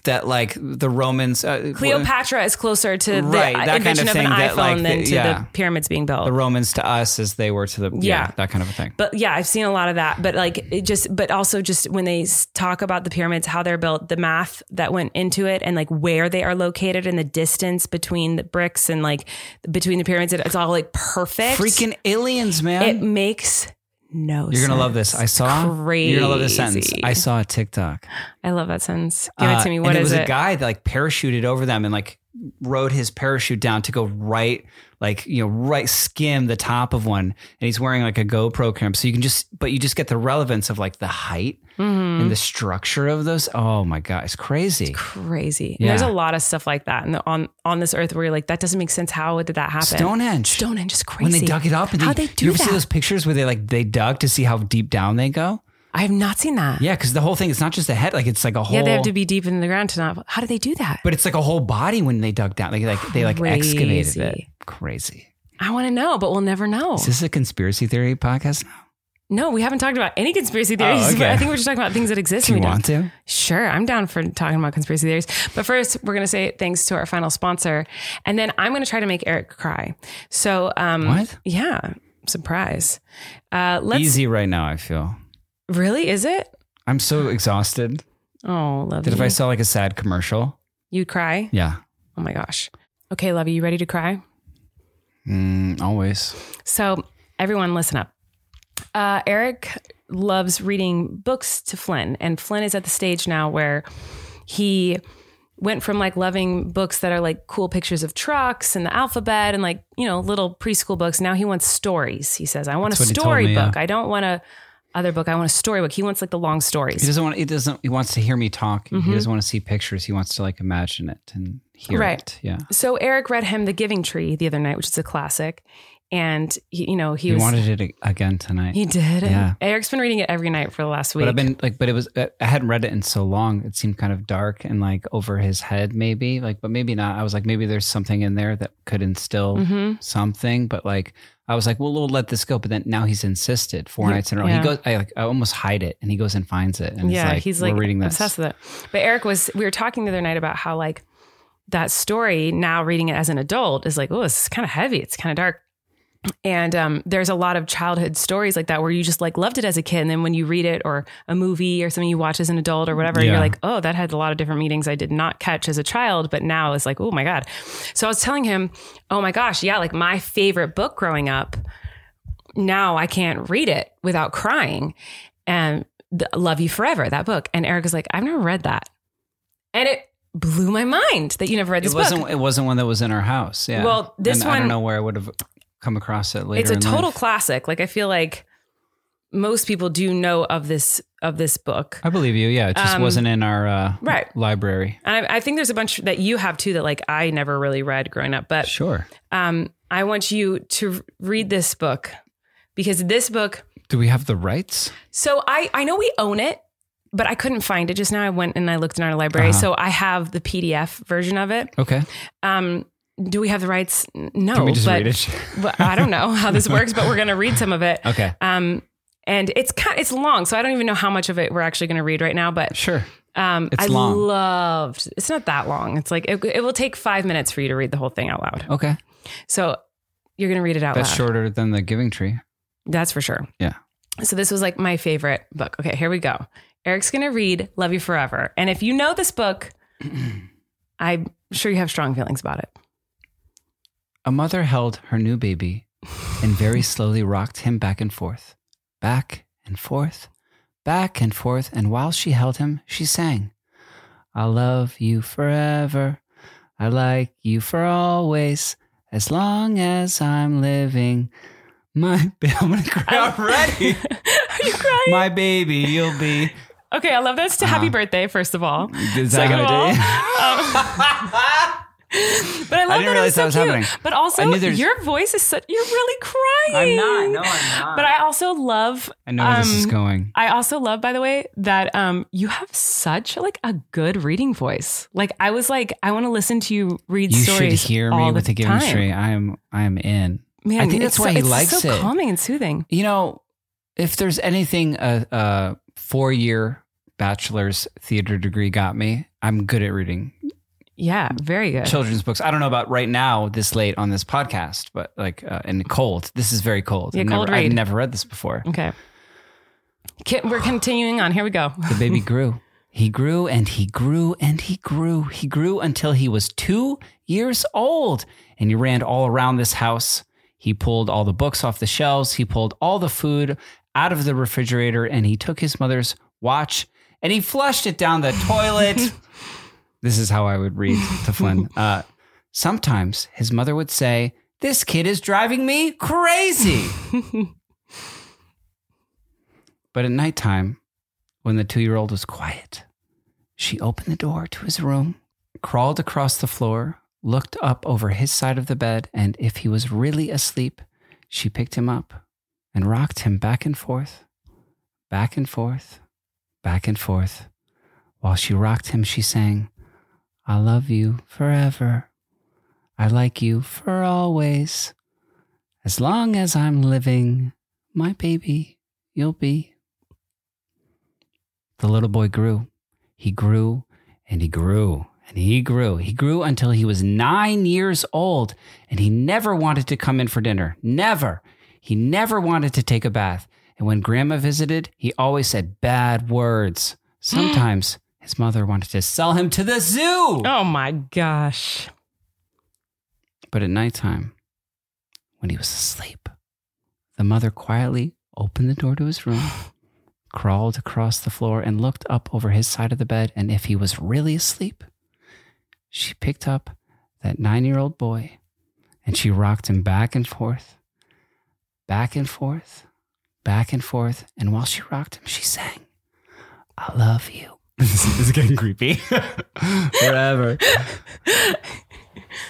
[SPEAKER 3] that like the Romans, uh,
[SPEAKER 2] Cleopatra is closer to the
[SPEAKER 3] Right, that
[SPEAKER 2] uh,
[SPEAKER 3] kind
[SPEAKER 2] invention
[SPEAKER 3] of
[SPEAKER 2] of, an
[SPEAKER 3] thing
[SPEAKER 2] iPhone
[SPEAKER 3] that, like,
[SPEAKER 2] than
[SPEAKER 3] the-
[SPEAKER 2] to
[SPEAKER 3] yeah.
[SPEAKER 2] the pyramids being built.
[SPEAKER 3] the Romans to us as they were to the yeah,
[SPEAKER 2] Yeah.
[SPEAKER 3] that kind of a thing.
[SPEAKER 2] but yeah, I've seen a lot of that. But like, it just, but also just when they s- talk about the pyramids, how they're built, the math that went into it, and like where they are located and the distance between the bricks and like between the pyramids, it- it's all like perfect.
[SPEAKER 3] Freaking aliens,
[SPEAKER 2] it
[SPEAKER 3] man!
[SPEAKER 2] makes no
[SPEAKER 3] You're gonna love
[SPEAKER 2] sense.
[SPEAKER 3] this. I saw. You're gonna love this sentence.
[SPEAKER 2] Crazy.
[SPEAKER 3] I saw a TikTok.
[SPEAKER 2] I love that sentence. Give it
[SPEAKER 3] Uh,
[SPEAKER 2] to me.
[SPEAKER 3] and
[SPEAKER 2] What
[SPEAKER 3] it was
[SPEAKER 2] is
[SPEAKER 3] a
[SPEAKER 2] it?
[SPEAKER 3] guy that like parachuted over them and like rode his parachute down to go right, like you know, right skim the top of one. And he's wearing like a GoPro cam, so you can just, but you just get the relevance of like the height
[SPEAKER 2] Mm-hmm.
[SPEAKER 3] and the structure of those. Oh my god, it's crazy.
[SPEAKER 2] Crazy. And there's
[SPEAKER 3] Yeah.
[SPEAKER 2] a lot of stuff like that in the, on on this earth where you're like, that doesn't make sense. How did that happen?
[SPEAKER 3] Stonehenge.
[SPEAKER 2] Stonehenge is crazy.
[SPEAKER 3] when they dug it up, and
[SPEAKER 2] how
[SPEAKER 3] they,
[SPEAKER 2] they, do
[SPEAKER 3] you ever
[SPEAKER 2] that?
[SPEAKER 3] see those pictures where they like they dug to see how deep down they go?
[SPEAKER 2] I have not seen that.
[SPEAKER 3] Yeah, because the whole thing it's not just a head, like it's like a whole.
[SPEAKER 2] Yeah, they have to be deep in the ground to not. How do they do that?
[SPEAKER 3] But it's like a whole body when they dug down. Like like they like excavated it.
[SPEAKER 2] Crazy.
[SPEAKER 3] Crazy.
[SPEAKER 2] I want to know, but we'll never know.
[SPEAKER 3] Is this a conspiracy theory podcast now?
[SPEAKER 2] No, we haven't talked about any conspiracy theories.
[SPEAKER 3] Oh, okay.
[SPEAKER 2] but I think we're just talking about things that exist.
[SPEAKER 3] Do
[SPEAKER 2] and
[SPEAKER 3] you
[SPEAKER 2] we don't-
[SPEAKER 3] want to?
[SPEAKER 2] Sure, I'm down for talking about conspiracy theories. But first, we're going to say thanks to our final sponsor. And then I'm going to try to make Eric cry. So, um,
[SPEAKER 3] What?
[SPEAKER 2] Yeah, surprise. Uh, let's
[SPEAKER 3] Easy right now, I feel.
[SPEAKER 2] really, is it?
[SPEAKER 3] I'm so exhausted
[SPEAKER 2] Oh, love
[SPEAKER 3] that
[SPEAKER 2] you.
[SPEAKER 3] if I saw like a sad commercial,
[SPEAKER 2] You'd cry?
[SPEAKER 3] yeah.
[SPEAKER 2] Oh my gosh. Okay, love you. You ready to cry?
[SPEAKER 3] Mm, always.
[SPEAKER 2] So, everyone, listen up. Uh, Eric loves reading books to Flynn, and Flynn is at the stage now where he went from like loving books that are like cool pictures of trucks and the alphabet and like, you know, little preschool books. Now he wants stories. He says, I want
[SPEAKER 3] That's
[SPEAKER 2] a
[SPEAKER 3] what he told me,
[SPEAKER 2] storybook.
[SPEAKER 3] yeah.
[SPEAKER 2] I don't want a other book. I want a storybook. He wants like the long
[SPEAKER 3] He
[SPEAKER 2] stories.
[SPEAKER 3] doesn't want. He doesn't. He wants to hear me talk.
[SPEAKER 2] Mm-hmm.
[SPEAKER 3] He doesn't want to see pictures. He wants to like imagine it and hear
[SPEAKER 2] Right.
[SPEAKER 3] it. Yeah.
[SPEAKER 2] So Eric read him The Giving Tree the other night, which is a classic. And he, you know, he,
[SPEAKER 3] He,
[SPEAKER 2] was
[SPEAKER 3] wanted it ag- again tonight.
[SPEAKER 2] He did.
[SPEAKER 3] Yeah.
[SPEAKER 2] Eric's been reading it every night for the last week.
[SPEAKER 3] But I've been like, but it was I hadn't read it in so long. It seemed kind of dark and like over his head, maybe like, but maybe not. I was like, maybe there's something in there that could instill
[SPEAKER 2] Mm-hmm.
[SPEAKER 3] something. But like, I was like, well, we'll let this go. But then now he's insisted four nights in a row.
[SPEAKER 2] yeah.
[SPEAKER 3] He goes, I like, I almost hide it, and he goes and finds it, and
[SPEAKER 2] yeah,
[SPEAKER 3] he's like, we're reading this.
[SPEAKER 2] obsessed with it. But Eric was. We were talking the other night about how like that story. Now reading it as an adult is like, oh, it's kind of heavy. It's kind of dark. And um, there's a lot of childhood stories like that where you just like loved it as a kid, and then when you read it or a movie or something you watch as an adult or whatever,
[SPEAKER 3] Yeah.
[SPEAKER 2] you're like, oh, that had a lot of different meanings I did not catch as a child, but now it's like, oh my god. So I was telling him, oh my gosh, yeah, like my favorite book growing up now I can't read it without crying. And the, Love You Forever, that book. And Eric was like, I've never read that. And it blew my mind that you never read this
[SPEAKER 3] It wasn't.
[SPEAKER 2] book.
[SPEAKER 3] It wasn't one that was in our house. Yeah.
[SPEAKER 2] Well, this
[SPEAKER 3] And I don't
[SPEAKER 2] one-
[SPEAKER 3] know where I would have come across it later.
[SPEAKER 2] It's a
[SPEAKER 3] in
[SPEAKER 2] total
[SPEAKER 3] life.
[SPEAKER 2] classic. Like I feel like most people do know of this of this book.
[SPEAKER 3] I believe you. Yeah, it just
[SPEAKER 2] Um,
[SPEAKER 3] wasn't in our uh,
[SPEAKER 2] right.
[SPEAKER 3] library.
[SPEAKER 2] And I, I think there's a bunch that you have too that like I never really read growing up. But
[SPEAKER 3] Sure.
[SPEAKER 2] um, I want you to read this book because this book
[SPEAKER 3] Do we have the rights?
[SPEAKER 2] So I I know we own it, but I couldn't find it just now. I went and I looked in our library,
[SPEAKER 3] Uh-huh.
[SPEAKER 2] so I have the PDF version of it.
[SPEAKER 3] Okay.
[SPEAKER 2] Um, do we have the rights? N- No,
[SPEAKER 3] Can we just
[SPEAKER 2] but,
[SPEAKER 3] read it?
[SPEAKER 2] but I don't know how this works, but we're gonna read some of it.
[SPEAKER 3] okay.
[SPEAKER 2] Um, and it's kind it's long, so I don't even know how much of it we're actually gonna read right now. But
[SPEAKER 3] Sure.
[SPEAKER 2] um,
[SPEAKER 3] It's
[SPEAKER 2] I
[SPEAKER 3] long.
[SPEAKER 2] loved. It's not that long. It's like it, it will take five minutes for you to read the whole thing out loud.
[SPEAKER 3] Okay.
[SPEAKER 2] So you're gonna read it out
[SPEAKER 3] That's
[SPEAKER 2] loud.
[SPEAKER 3] shorter than the Giving Tree.
[SPEAKER 2] That's for sure.
[SPEAKER 3] Yeah.
[SPEAKER 2] So this was like my favorite book. Okay, here we go. Eric's going to read Love You Forever. And if you know this book, I'm sure you have strong feelings about it.
[SPEAKER 3] A mother held her new baby and very slowly rocked him back and forth, back and forth, back and forth. And while she held him, she sang, I love you forever. I like you for always. As long as I'm living, my I'm gonna cry already.
[SPEAKER 2] Are you crying?
[SPEAKER 3] my baby, you'll be.
[SPEAKER 2] Okay, I love this to happy
[SPEAKER 3] Uh-huh.
[SPEAKER 2] birthday first of all.
[SPEAKER 3] Is that
[SPEAKER 2] Second
[SPEAKER 3] how
[SPEAKER 2] of
[SPEAKER 3] I
[SPEAKER 2] all,
[SPEAKER 3] did it?
[SPEAKER 2] um, but I love that it
[SPEAKER 3] didn't
[SPEAKER 2] was
[SPEAKER 3] realize
[SPEAKER 2] so
[SPEAKER 3] that was
[SPEAKER 2] cute.
[SPEAKER 3] happening.
[SPEAKER 2] But
[SPEAKER 3] I
[SPEAKER 2] also,
[SPEAKER 3] knew there's-
[SPEAKER 2] your voice is such. You're really crying.
[SPEAKER 3] I'm not.
[SPEAKER 2] But I also love.
[SPEAKER 3] I know where this is
[SPEAKER 2] um,
[SPEAKER 3] going.
[SPEAKER 2] I also love, by the way, that um, you have such like a good reading voice. Like I was like, I want to listen to you read
[SPEAKER 3] You should
[SPEAKER 2] stories.
[SPEAKER 3] hear me
[SPEAKER 2] all
[SPEAKER 3] with the giving
[SPEAKER 2] time.
[SPEAKER 3] tree. I am I am in.
[SPEAKER 2] Man,
[SPEAKER 3] I think
[SPEAKER 2] it's
[SPEAKER 3] that's why
[SPEAKER 2] so,
[SPEAKER 3] he
[SPEAKER 2] it's
[SPEAKER 3] likes
[SPEAKER 2] so
[SPEAKER 3] it.
[SPEAKER 2] calming and soothing.
[SPEAKER 3] You know, if there's anything a, a four year bachelor's theater degree got me, I'm good at reading
[SPEAKER 2] Yeah, very good.
[SPEAKER 3] children's books. I don't know about right now, this late on this podcast, but like uh, and cold. This is very cold.
[SPEAKER 2] Yeah,
[SPEAKER 3] I've
[SPEAKER 2] cold
[SPEAKER 3] never, I've
[SPEAKER 2] read. Mm-hmm.
[SPEAKER 3] never read this before.
[SPEAKER 2] Okay, Ki- we're continuing on. Here we go.
[SPEAKER 3] The baby grew. He grew and he grew and he grew. He grew until he was two years old. And he ran all around this house. He pulled all the books off the shelves. He pulled all the food out of the refrigerator and he took his mother's watch and he flushed it down the toilet. this is how I would read to Flynn. Uh, sometimes his mother would say, This kid is driving me crazy. but at nighttime, when the two year old was quiet, she opened the door to his room, crawled across the floor, looked up over his side of the bed, and if he was really asleep, she picked him up and rocked him back and forth, back and forth, back and forth. While she rocked him, she sang, I love you forever. I like you for always. As long as I'm living, my baby, you'll be. The little boy grew. He grew and he grew and he grew. He grew until he was nine years old and he never wanted to come in for dinner. Never. He never wanted to take a bath. And when grandma visited, he always said bad words. Sometimes his mother wanted to sell him to the zoo.
[SPEAKER 2] Oh my gosh.
[SPEAKER 3] But at nighttime, when he was asleep, the mother quietly opened the door to his room, crawled across the floor, and looked up over his side of the bed. And if he was really asleep, she picked up that nine year old boy and she rocked him back and forth, back and forth, back and forth. And while she rocked him, she sang, I love you. this is getting creepy. Forever.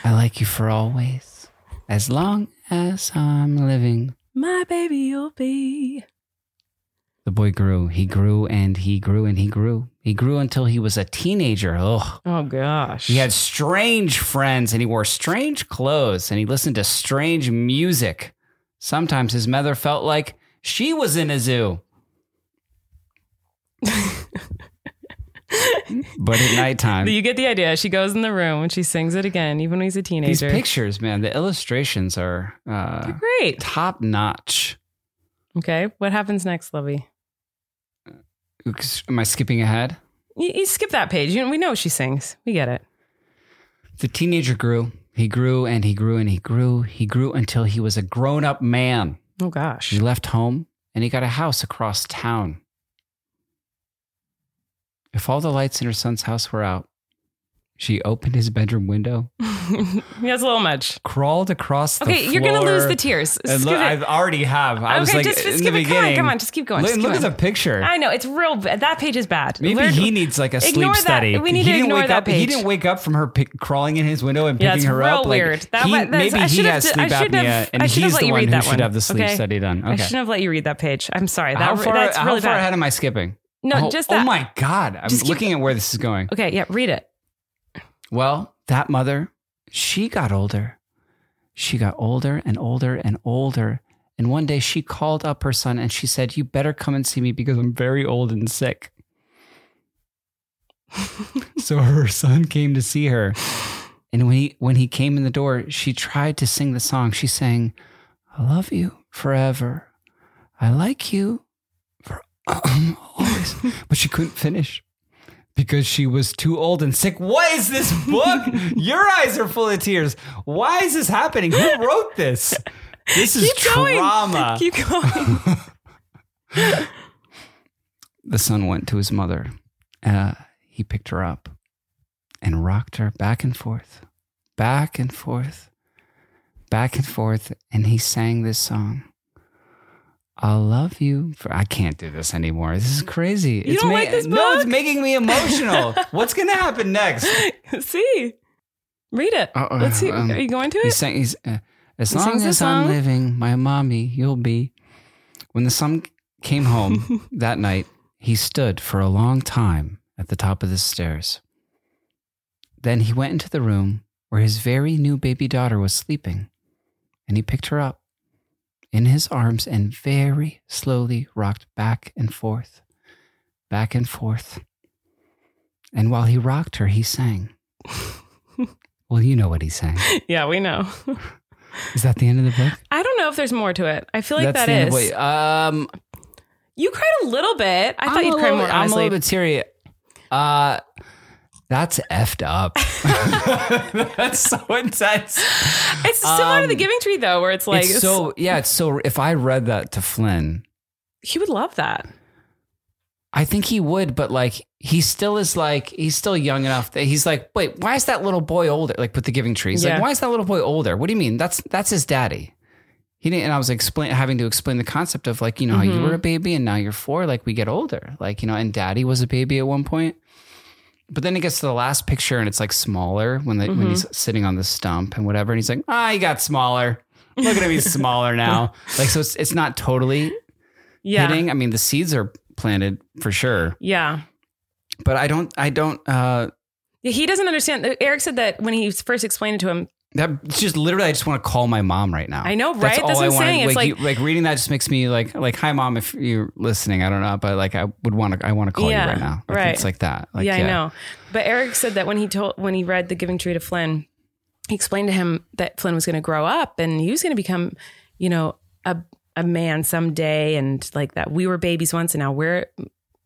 [SPEAKER 3] I like you for always. As long as I'm living.
[SPEAKER 2] My baby, you'll be.
[SPEAKER 3] The boy grew. He grew and he grew and he grew. He grew until he was a teenager. Ugh.
[SPEAKER 2] Oh gosh.
[SPEAKER 3] He had strange friends and he wore strange clothes and he listened to strange music. Sometimes his mother felt like she was in a zoo. but at nighttime,
[SPEAKER 2] You get the idea. She goes in the room and she sings it again, even when he's a
[SPEAKER 3] these
[SPEAKER 2] teenager.
[SPEAKER 3] pictures, man, the illustrations are uh,
[SPEAKER 2] Great.
[SPEAKER 3] top notch.
[SPEAKER 2] Okay. What happens next, Lovey?
[SPEAKER 3] Am I skipping ahead?
[SPEAKER 2] You, you skip that page. You, we know she sings. We get it.
[SPEAKER 3] The teenager grew. He grew and he grew and he grew. He grew until he was a grown up man.
[SPEAKER 2] Oh gosh.
[SPEAKER 3] He left home and he got a house across town. If all the lights in her son's house were out, she opened his bedroom window,
[SPEAKER 2] That's a little much.
[SPEAKER 3] crawled across the
[SPEAKER 2] Okay,
[SPEAKER 3] floor.
[SPEAKER 2] you're gonna lose the tears.
[SPEAKER 3] And
[SPEAKER 2] Skip
[SPEAKER 3] look,
[SPEAKER 2] it.
[SPEAKER 3] I already have. I was
[SPEAKER 2] Okay,
[SPEAKER 3] like,
[SPEAKER 2] just- just
[SPEAKER 3] in
[SPEAKER 2] skip
[SPEAKER 3] the
[SPEAKER 2] it. Come on,
[SPEAKER 3] beginning-
[SPEAKER 2] come on, just keep going,
[SPEAKER 3] Look,
[SPEAKER 2] just keep
[SPEAKER 3] look at
[SPEAKER 2] going.
[SPEAKER 3] the picture.
[SPEAKER 2] I know it's real. bad. That page is bad.
[SPEAKER 3] Maybe
[SPEAKER 2] Learn-
[SPEAKER 3] he needs like a
[SPEAKER 2] Ignore
[SPEAKER 3] sleep
[SPEAKER 2] that.
[SPEAKER 3] study.
[SPEAKER 2] We need
[SPEAKER 3] he
[SPEAKER 2] to
[SPEAKER 3] didn't
[SPEAKER 2] ignore
[SPEAKER 3] wake
[SPEAKER 2] that
[SPEAKER 3] up. He
[SPEAKER 2] page.
[SPEAKER 3] didn't wake up from her pic- crawling in his window and
[SPEAKER 2] Yeah,
[SPEAKER 3] picking
[SPEAKER 2] it's
[SPEAKER 3] her
[SPEAKER 2] real
[SPEAKER 3] up. Like,
[SPEAKER 2] weird. That
[SPEAKER 3] he-
[SPEAKER 2] wa- that's-
[SPEAKER 3] maybe
[SPEAKER 2] I
[SPEAKER 3] he
[SPEAKER 2] should have
[SPEAKER 3] has
[SPEAKER 2] d- I
[SPEAKER 3] sleep
[SPEAKER 2] should
[SPEAKER 3] apnea,
[SPEAKER 2] have-
[SPEAKER 3] and
[SPEAKER 2] I should have
[SPEAKER 3] he's
[SPEAKER 2] let
[SPEAKER 3] the
[SPEAKER 2] you
[SPEAKER 3] one
[SPEAKER 2] read
[SPEAKER 3] who
[SPEAKER 2] that
[SPEAKER 3] should
[SPEAKER 2] one.
[SPEAKER 3] have the sleep
[SPEAKER 2] Okay.
[SPEAKER 3] study done.
[SPEAKER 2] I
[SPEAKER 3] Okay.
[SPEAKER 2] shouldn't have let you read that page. I'm sorry. That
[SPEAKER 3] how
[SPEAKER 2] re-
[SPEAKER 3] far,
[SPEAKER 2] that's
[SPEAKER 3] how
[SPEAKER 2] really
[SPEAKER 3] far
[SPEAKER 2] bad.
[SPEAKER 3] ahead am I skipping?
[SPEAKER 2] No,
[SPEAKER 3] oh,
[SPEAKER 2] just
[SPEAKER 3] Oh
[SPEAKER 2] that.
[SPEAKER 3] my God. I'm
[SPEAKER 2] Just keep-
[SPEAKER 3] looking at where this is going.
[SPEAKER 2] okay, yeah, read it.
[SPEAKER 3] Well, that mother, she got older. She got older and older and older. And one day she called up her son and she said, You better come and see me because I'm very old and sick. so her son came to see her. And when he, when he came in the door, she tried to sing the song. She sang, I love you forever. I like you for always. but she couldn't finish because she was too old and sick. What is this book? Your eyes are full of tears. Why is this happening? Who wrote this? This is
[SPEAKER 2] Keep going.
[SPEAKER 3] trauma.
[SPEAKER 2] Keep going.
[SPEAKER 3] the son went to his mother. Uh, he picked her up and rocked her back and forth, back and forth, back and forth. And he sang this song. I love you. For, I can't do this anymore. This is crazy. You
[SPEAKER 2] don't like this
[SPEAKER 3] No, it's
[SPEAKER 2] book?
[SPEAKER 3] making me emotional. What's going to happen next?
[SPEAKER 2] see, read it.
[SPEAKER 3] Uh-oh,
[SPEAKER 2] Let's see.
[SPEAKER 3] um,
[SPEAKER 2] Are you going to
[SPEAKER 3] He
[SPEAKER 2] it?
[SPEAKER 3] sang, he's, uh, as
[SPEAKER 2] He
[SPEAKER 3] long
[SPEAKER 2] sings the
[SPEAKER 3] as I'm
[SPEAKER 2] song?
[SPEAKER 3] living, my mommy, you'll be. When the sun came home that night, he stood for a long time at the top of the stairs. Then he went into the room where his very new baby daughter was sleeping, and he picked her up in his arms and very slowly rocked back and forth, back and forth. And while he rocked her, he sang. well, you know what he sang.
[SPEAKER 2] yeah, we know.
[SPEAKER 3] Is that the end of the book?
[SPEAKER 2] I don't know if there's more to it. I feel like that
[SPEAKER 3] the end
[SPEAKER 2] is.
[SPEAKER 3] of the book. Um,
[SPEAKER 2] You cried a little bit. I
[SPEAKER 3] I'm
[SPEAKER 2] thought
[SPEAKER 3] a
[SPEAKER 2] you'd cry
[SPEAKER 3] little-
[SPEAKER 2] more.
[SPEAKER 3] I'm a
[SPEAKER 2] honestly.
[SPEAKER 3] little bit teary. Uh, that's effed up. that's so intense.
[SPEAKER 2] It's similar to the
[SPEAKER 3] Um,
[SPEAKER 2] Giving Tree though, where it's like
[SPEAKER 3] it's so yeah. It's so. If I read that to Flynn,
[SPEAKER 2] He would love that.
[SPEAKER 3] I think he would, but like he still is like he's still young enough that he's like, wait, why is that little boy older? Like with the giving tree, he's
[SPEAKER 2] Yeah.
[SPEAKER 3] like, why is that little boy older? What do you mean? That's that's his daddy. He didn't, and I was explain having to explain the concept of like you know how you
[SPEAKER 2] Mm-hmm.
[SPEAKER 3] were a baby and now you're four. Like we get older, like you know, and daddy was a baby at one point. But then it gets to the last picture and it's like smaller when the, when
[SPEAKER 2] Mm-hmm.
[SPEAKER 3] he's sitting on the stump and whatever, and he's like, ah, he got smaller. Look at him, he's smaller now. Like so, it's it's not totally
[SPEAKER 2] Yeah.
[SPEAKER 3] hitting. I mean, the seeds are planted for sure
[SPEAKER 2] Yeah.
[SPEAKER 3] but I don't, I don't, uh,
[SPEAKER 2] Yeah, he doesn't understand. Eric said that when he first explained it to him.
[SPEAKER 3] that it's just literally, I just want to call my mom right now.
[SPEAKER 2] I know,
[SPEAKER 3] That's
[SPEAKER 2] right?
[SPEAKER 3] all
[SPEAKER 2] That's
[SPEAKER 3] I
[SPEAKER 2] what I'm
[SPEAKER 3] wanted.
[SPEAKER 2] saying. It's
[SPEAKER 3] like,
[SPEAKER 2] like-
[SPEAKER 3] you- like reading that just makes me like, like, hi mom, if you're listening, I don't know, but like, I would want to, I want to call
[SPEAKER 2] Yeah,
[SPEAKER 3] you right now. Like,
[SPEAKER 2] right.
[SPEAKER 3] It's like that. Like,
[SPEAKER 2] yeah, I know. But Eric said that when he told when he read The Giving Tree to Flynn, he explained to him that Flynn was going to grow up and he was going to become, you know, a a man someday, and like that we were babies once, and now we're,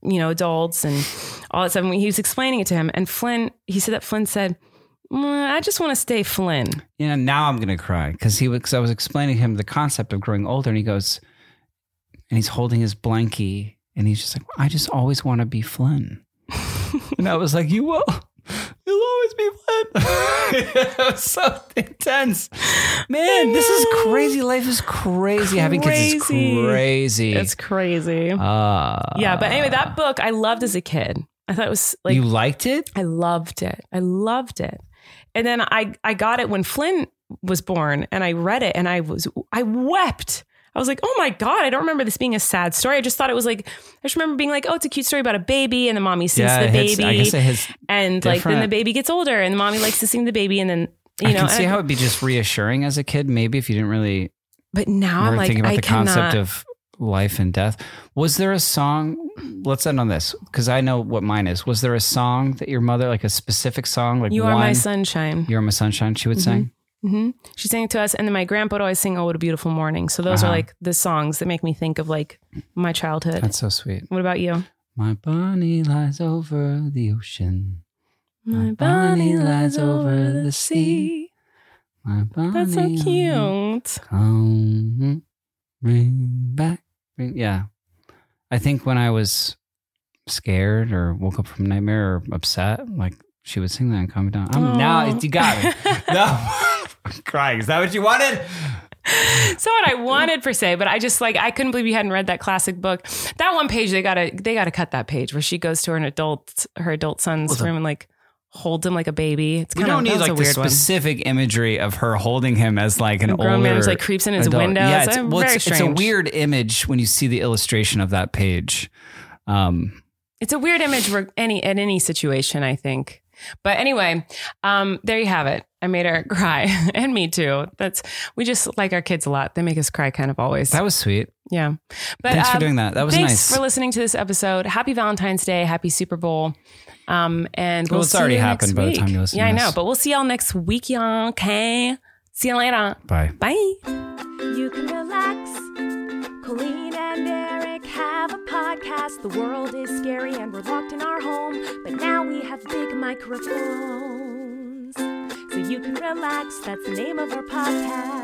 [SPEAKER 2] you know, adults and all that stuff. And he was explaining it to him, and Flynn, he said that Flynn said. "Mm, I just want to stay Flynn.
[SPEAKER 3] You know, now I'm going to cry because he was, cause I was explaining to him the concept of growing older and he goes, and he's holding his blankie and he's just like, I just always want to be Flynn. and I was like, you will. You'll always be Flynn. it was so intense. Man, this is crazy. Life is crazy. Having kids is
[SPEAKER 2] Crazy.
[SPEAKER 3] crazy.
[SPEAKER 2] That's crazy.
[SPEAKER 3] uh,
[SPEAKER 2] yeah, but anyway, that book I loved as a kid. I thought it was like
[SPEAKER 3] you liked it?
[SPEAKER 2] I loved it. I loved it. And then I I got it when Flynn was born and I read it and I was I wept. I was like, "Oh my god, I don't remember this being a sad story. I just thought it was like I just remember being like, "Oh, it's a cute story about a baby and the mommy sings to
[SPEAKER 3] it
[SPEAKER 2] the
[SPEAKER 3] hits-
[SPEAKER 2] baby."
[SPEAKER 3] I guess it hits.
[SPEAKER 2] and like then the
[SPEAKER 3] different.
[SPEAKER 2] baby gets older and the mommy likes to sing to the baby and then you
[SPEAKER 3] I
[SPEAKER 2] know
[SPEAKER 3] can see
[SPEAKER 2] and-
[SPEAKER 3] how it'd be just reassuring as a kid, maybe if you didn't really
[SPEAKER 2] but now
[SPEAKER 3] We're
[SPEAKER 2] I'm like
[SPEAKER 3] thinking about
[SPEAKER 2] I
[SPEAKER 3] the concept
[SPEAKER 2] cannot
[SPEAKER 3] of life and death. Was there a song? Let's end on this because I know what mine is. Was there a song that your mother, like a specific song, like
[SPEAKER 2] You
[SPEAKER 3] one,
[SPEAKER 2] Are My Sunshine.
[SPEAKER 3] "You're My Sunshine," she would sing?
[SPEAKER 2] hmm She sang it to us, and then my grandpa would always sing "Oh, What a Beautiful Morning." So those are
[SPEAKER 3] Uh-huh.
[SPEAKER 2] like the songs that make me think of like my childhood.
[SPEAKER 3] That's so sweet.
[SPEAKER 2] what about you?
[SPEAKER 3] My bunny lies over the ocean.
[SPEAKER 2] My bunny lies over the sea.
[SPEAKER 3] My bunny.
[SPEAKER 2] That's so
[SPEAKER 3] lies-
[SPEAKER 2] cute.
[SPEAKER 3] Come, bring back. bring- yeah. I think when I was scared or woke up from a nightmare or upset, like she would sing that and calm me down. I'm, now
[SPEAKER 2] Aw.
[SPEAKER 3] it, you got me. no, I'm crying. Is that what you wanted?
[SPEAKER 2] So what I wanted per se, but I just like I couldn't believe you hadn't read that classic book. That one page they gotta they gotta cut that page where she goes to her an adult her adult son's room and like holds him like a baby. It's
[SPEAKER 3] We
[SPEAKER 2] kind
[SPEAKER 3] don't
[SPEAKER 2] of
[SPEAKER 3] need
[SPEAKER 2] that's
[SPEAKER 3] like
[SPEAKER 2] a
[SPEAKER 3] the
[SPEAKER 2] weird one.
[SPEAKER 3] specific imagery of her holding him as like an
[SPEAKER 2] A grown man
[SPEAKER 3] older
[SPEAKER 2] who's, like, creeps in his window.
[SPEAKER 3] Yeah,
[SPEAKER 2] It's,
[SPEAKER 3] it's,
[SPEAKER 2] uh,
[SPEAKER 3] well,
[SPEAKER 2] very
[SPEAKER 3] it's, it's a
[SPEAKER 2] strange.
[SPEAKER 3] weird image when you see the illustration of that page. Um,
[SPEAKER 2] It's a weird image for any in any situation, I think. But anyway, um, there you have it. I made her cry, and me too. That's we just like our kids a lot. They make us cry, kind of always.
[SPEAKER 3] that was sweet.
[SPEAKER 2] Yeah. But um,
[SPEAKER 3] Thanks for doing that. That was
[SPEAKER 2] thanks
[SPEAKER 3] nice.
[SPEAKER 2] for listening to this episode. Happy Valentine's Day. Happy Super Bowl. Um, and we'll
[SPEAKER 3] Well, it's
[SPEAKER 2] see
[SPEAKER 3] already
[SPEAKER 2] you
[SPEAKER 3] happened
[SPEAKER 2] next
[SPEAKER 3] by the
[SPEAKER 2] week.
[SPEAKER 3] time you listen
[SPEAKER 2] Yeah,
[SPEAKER 3] to
[SPEAKER 2] I know.
[SPEAKER 3] this.
[SPEAKER 2] But we'll see y'all next week, y'all. Okay. See you later.
[SPEAKER 3] Bye.
[SPEAKER 2] Bye.
[SPEAKER 1] You can relax. Colleen and Eric have a podcast. The world is scary and we're locked in our home. But now we have big microphones. So you can relax. That's the name of our podcast.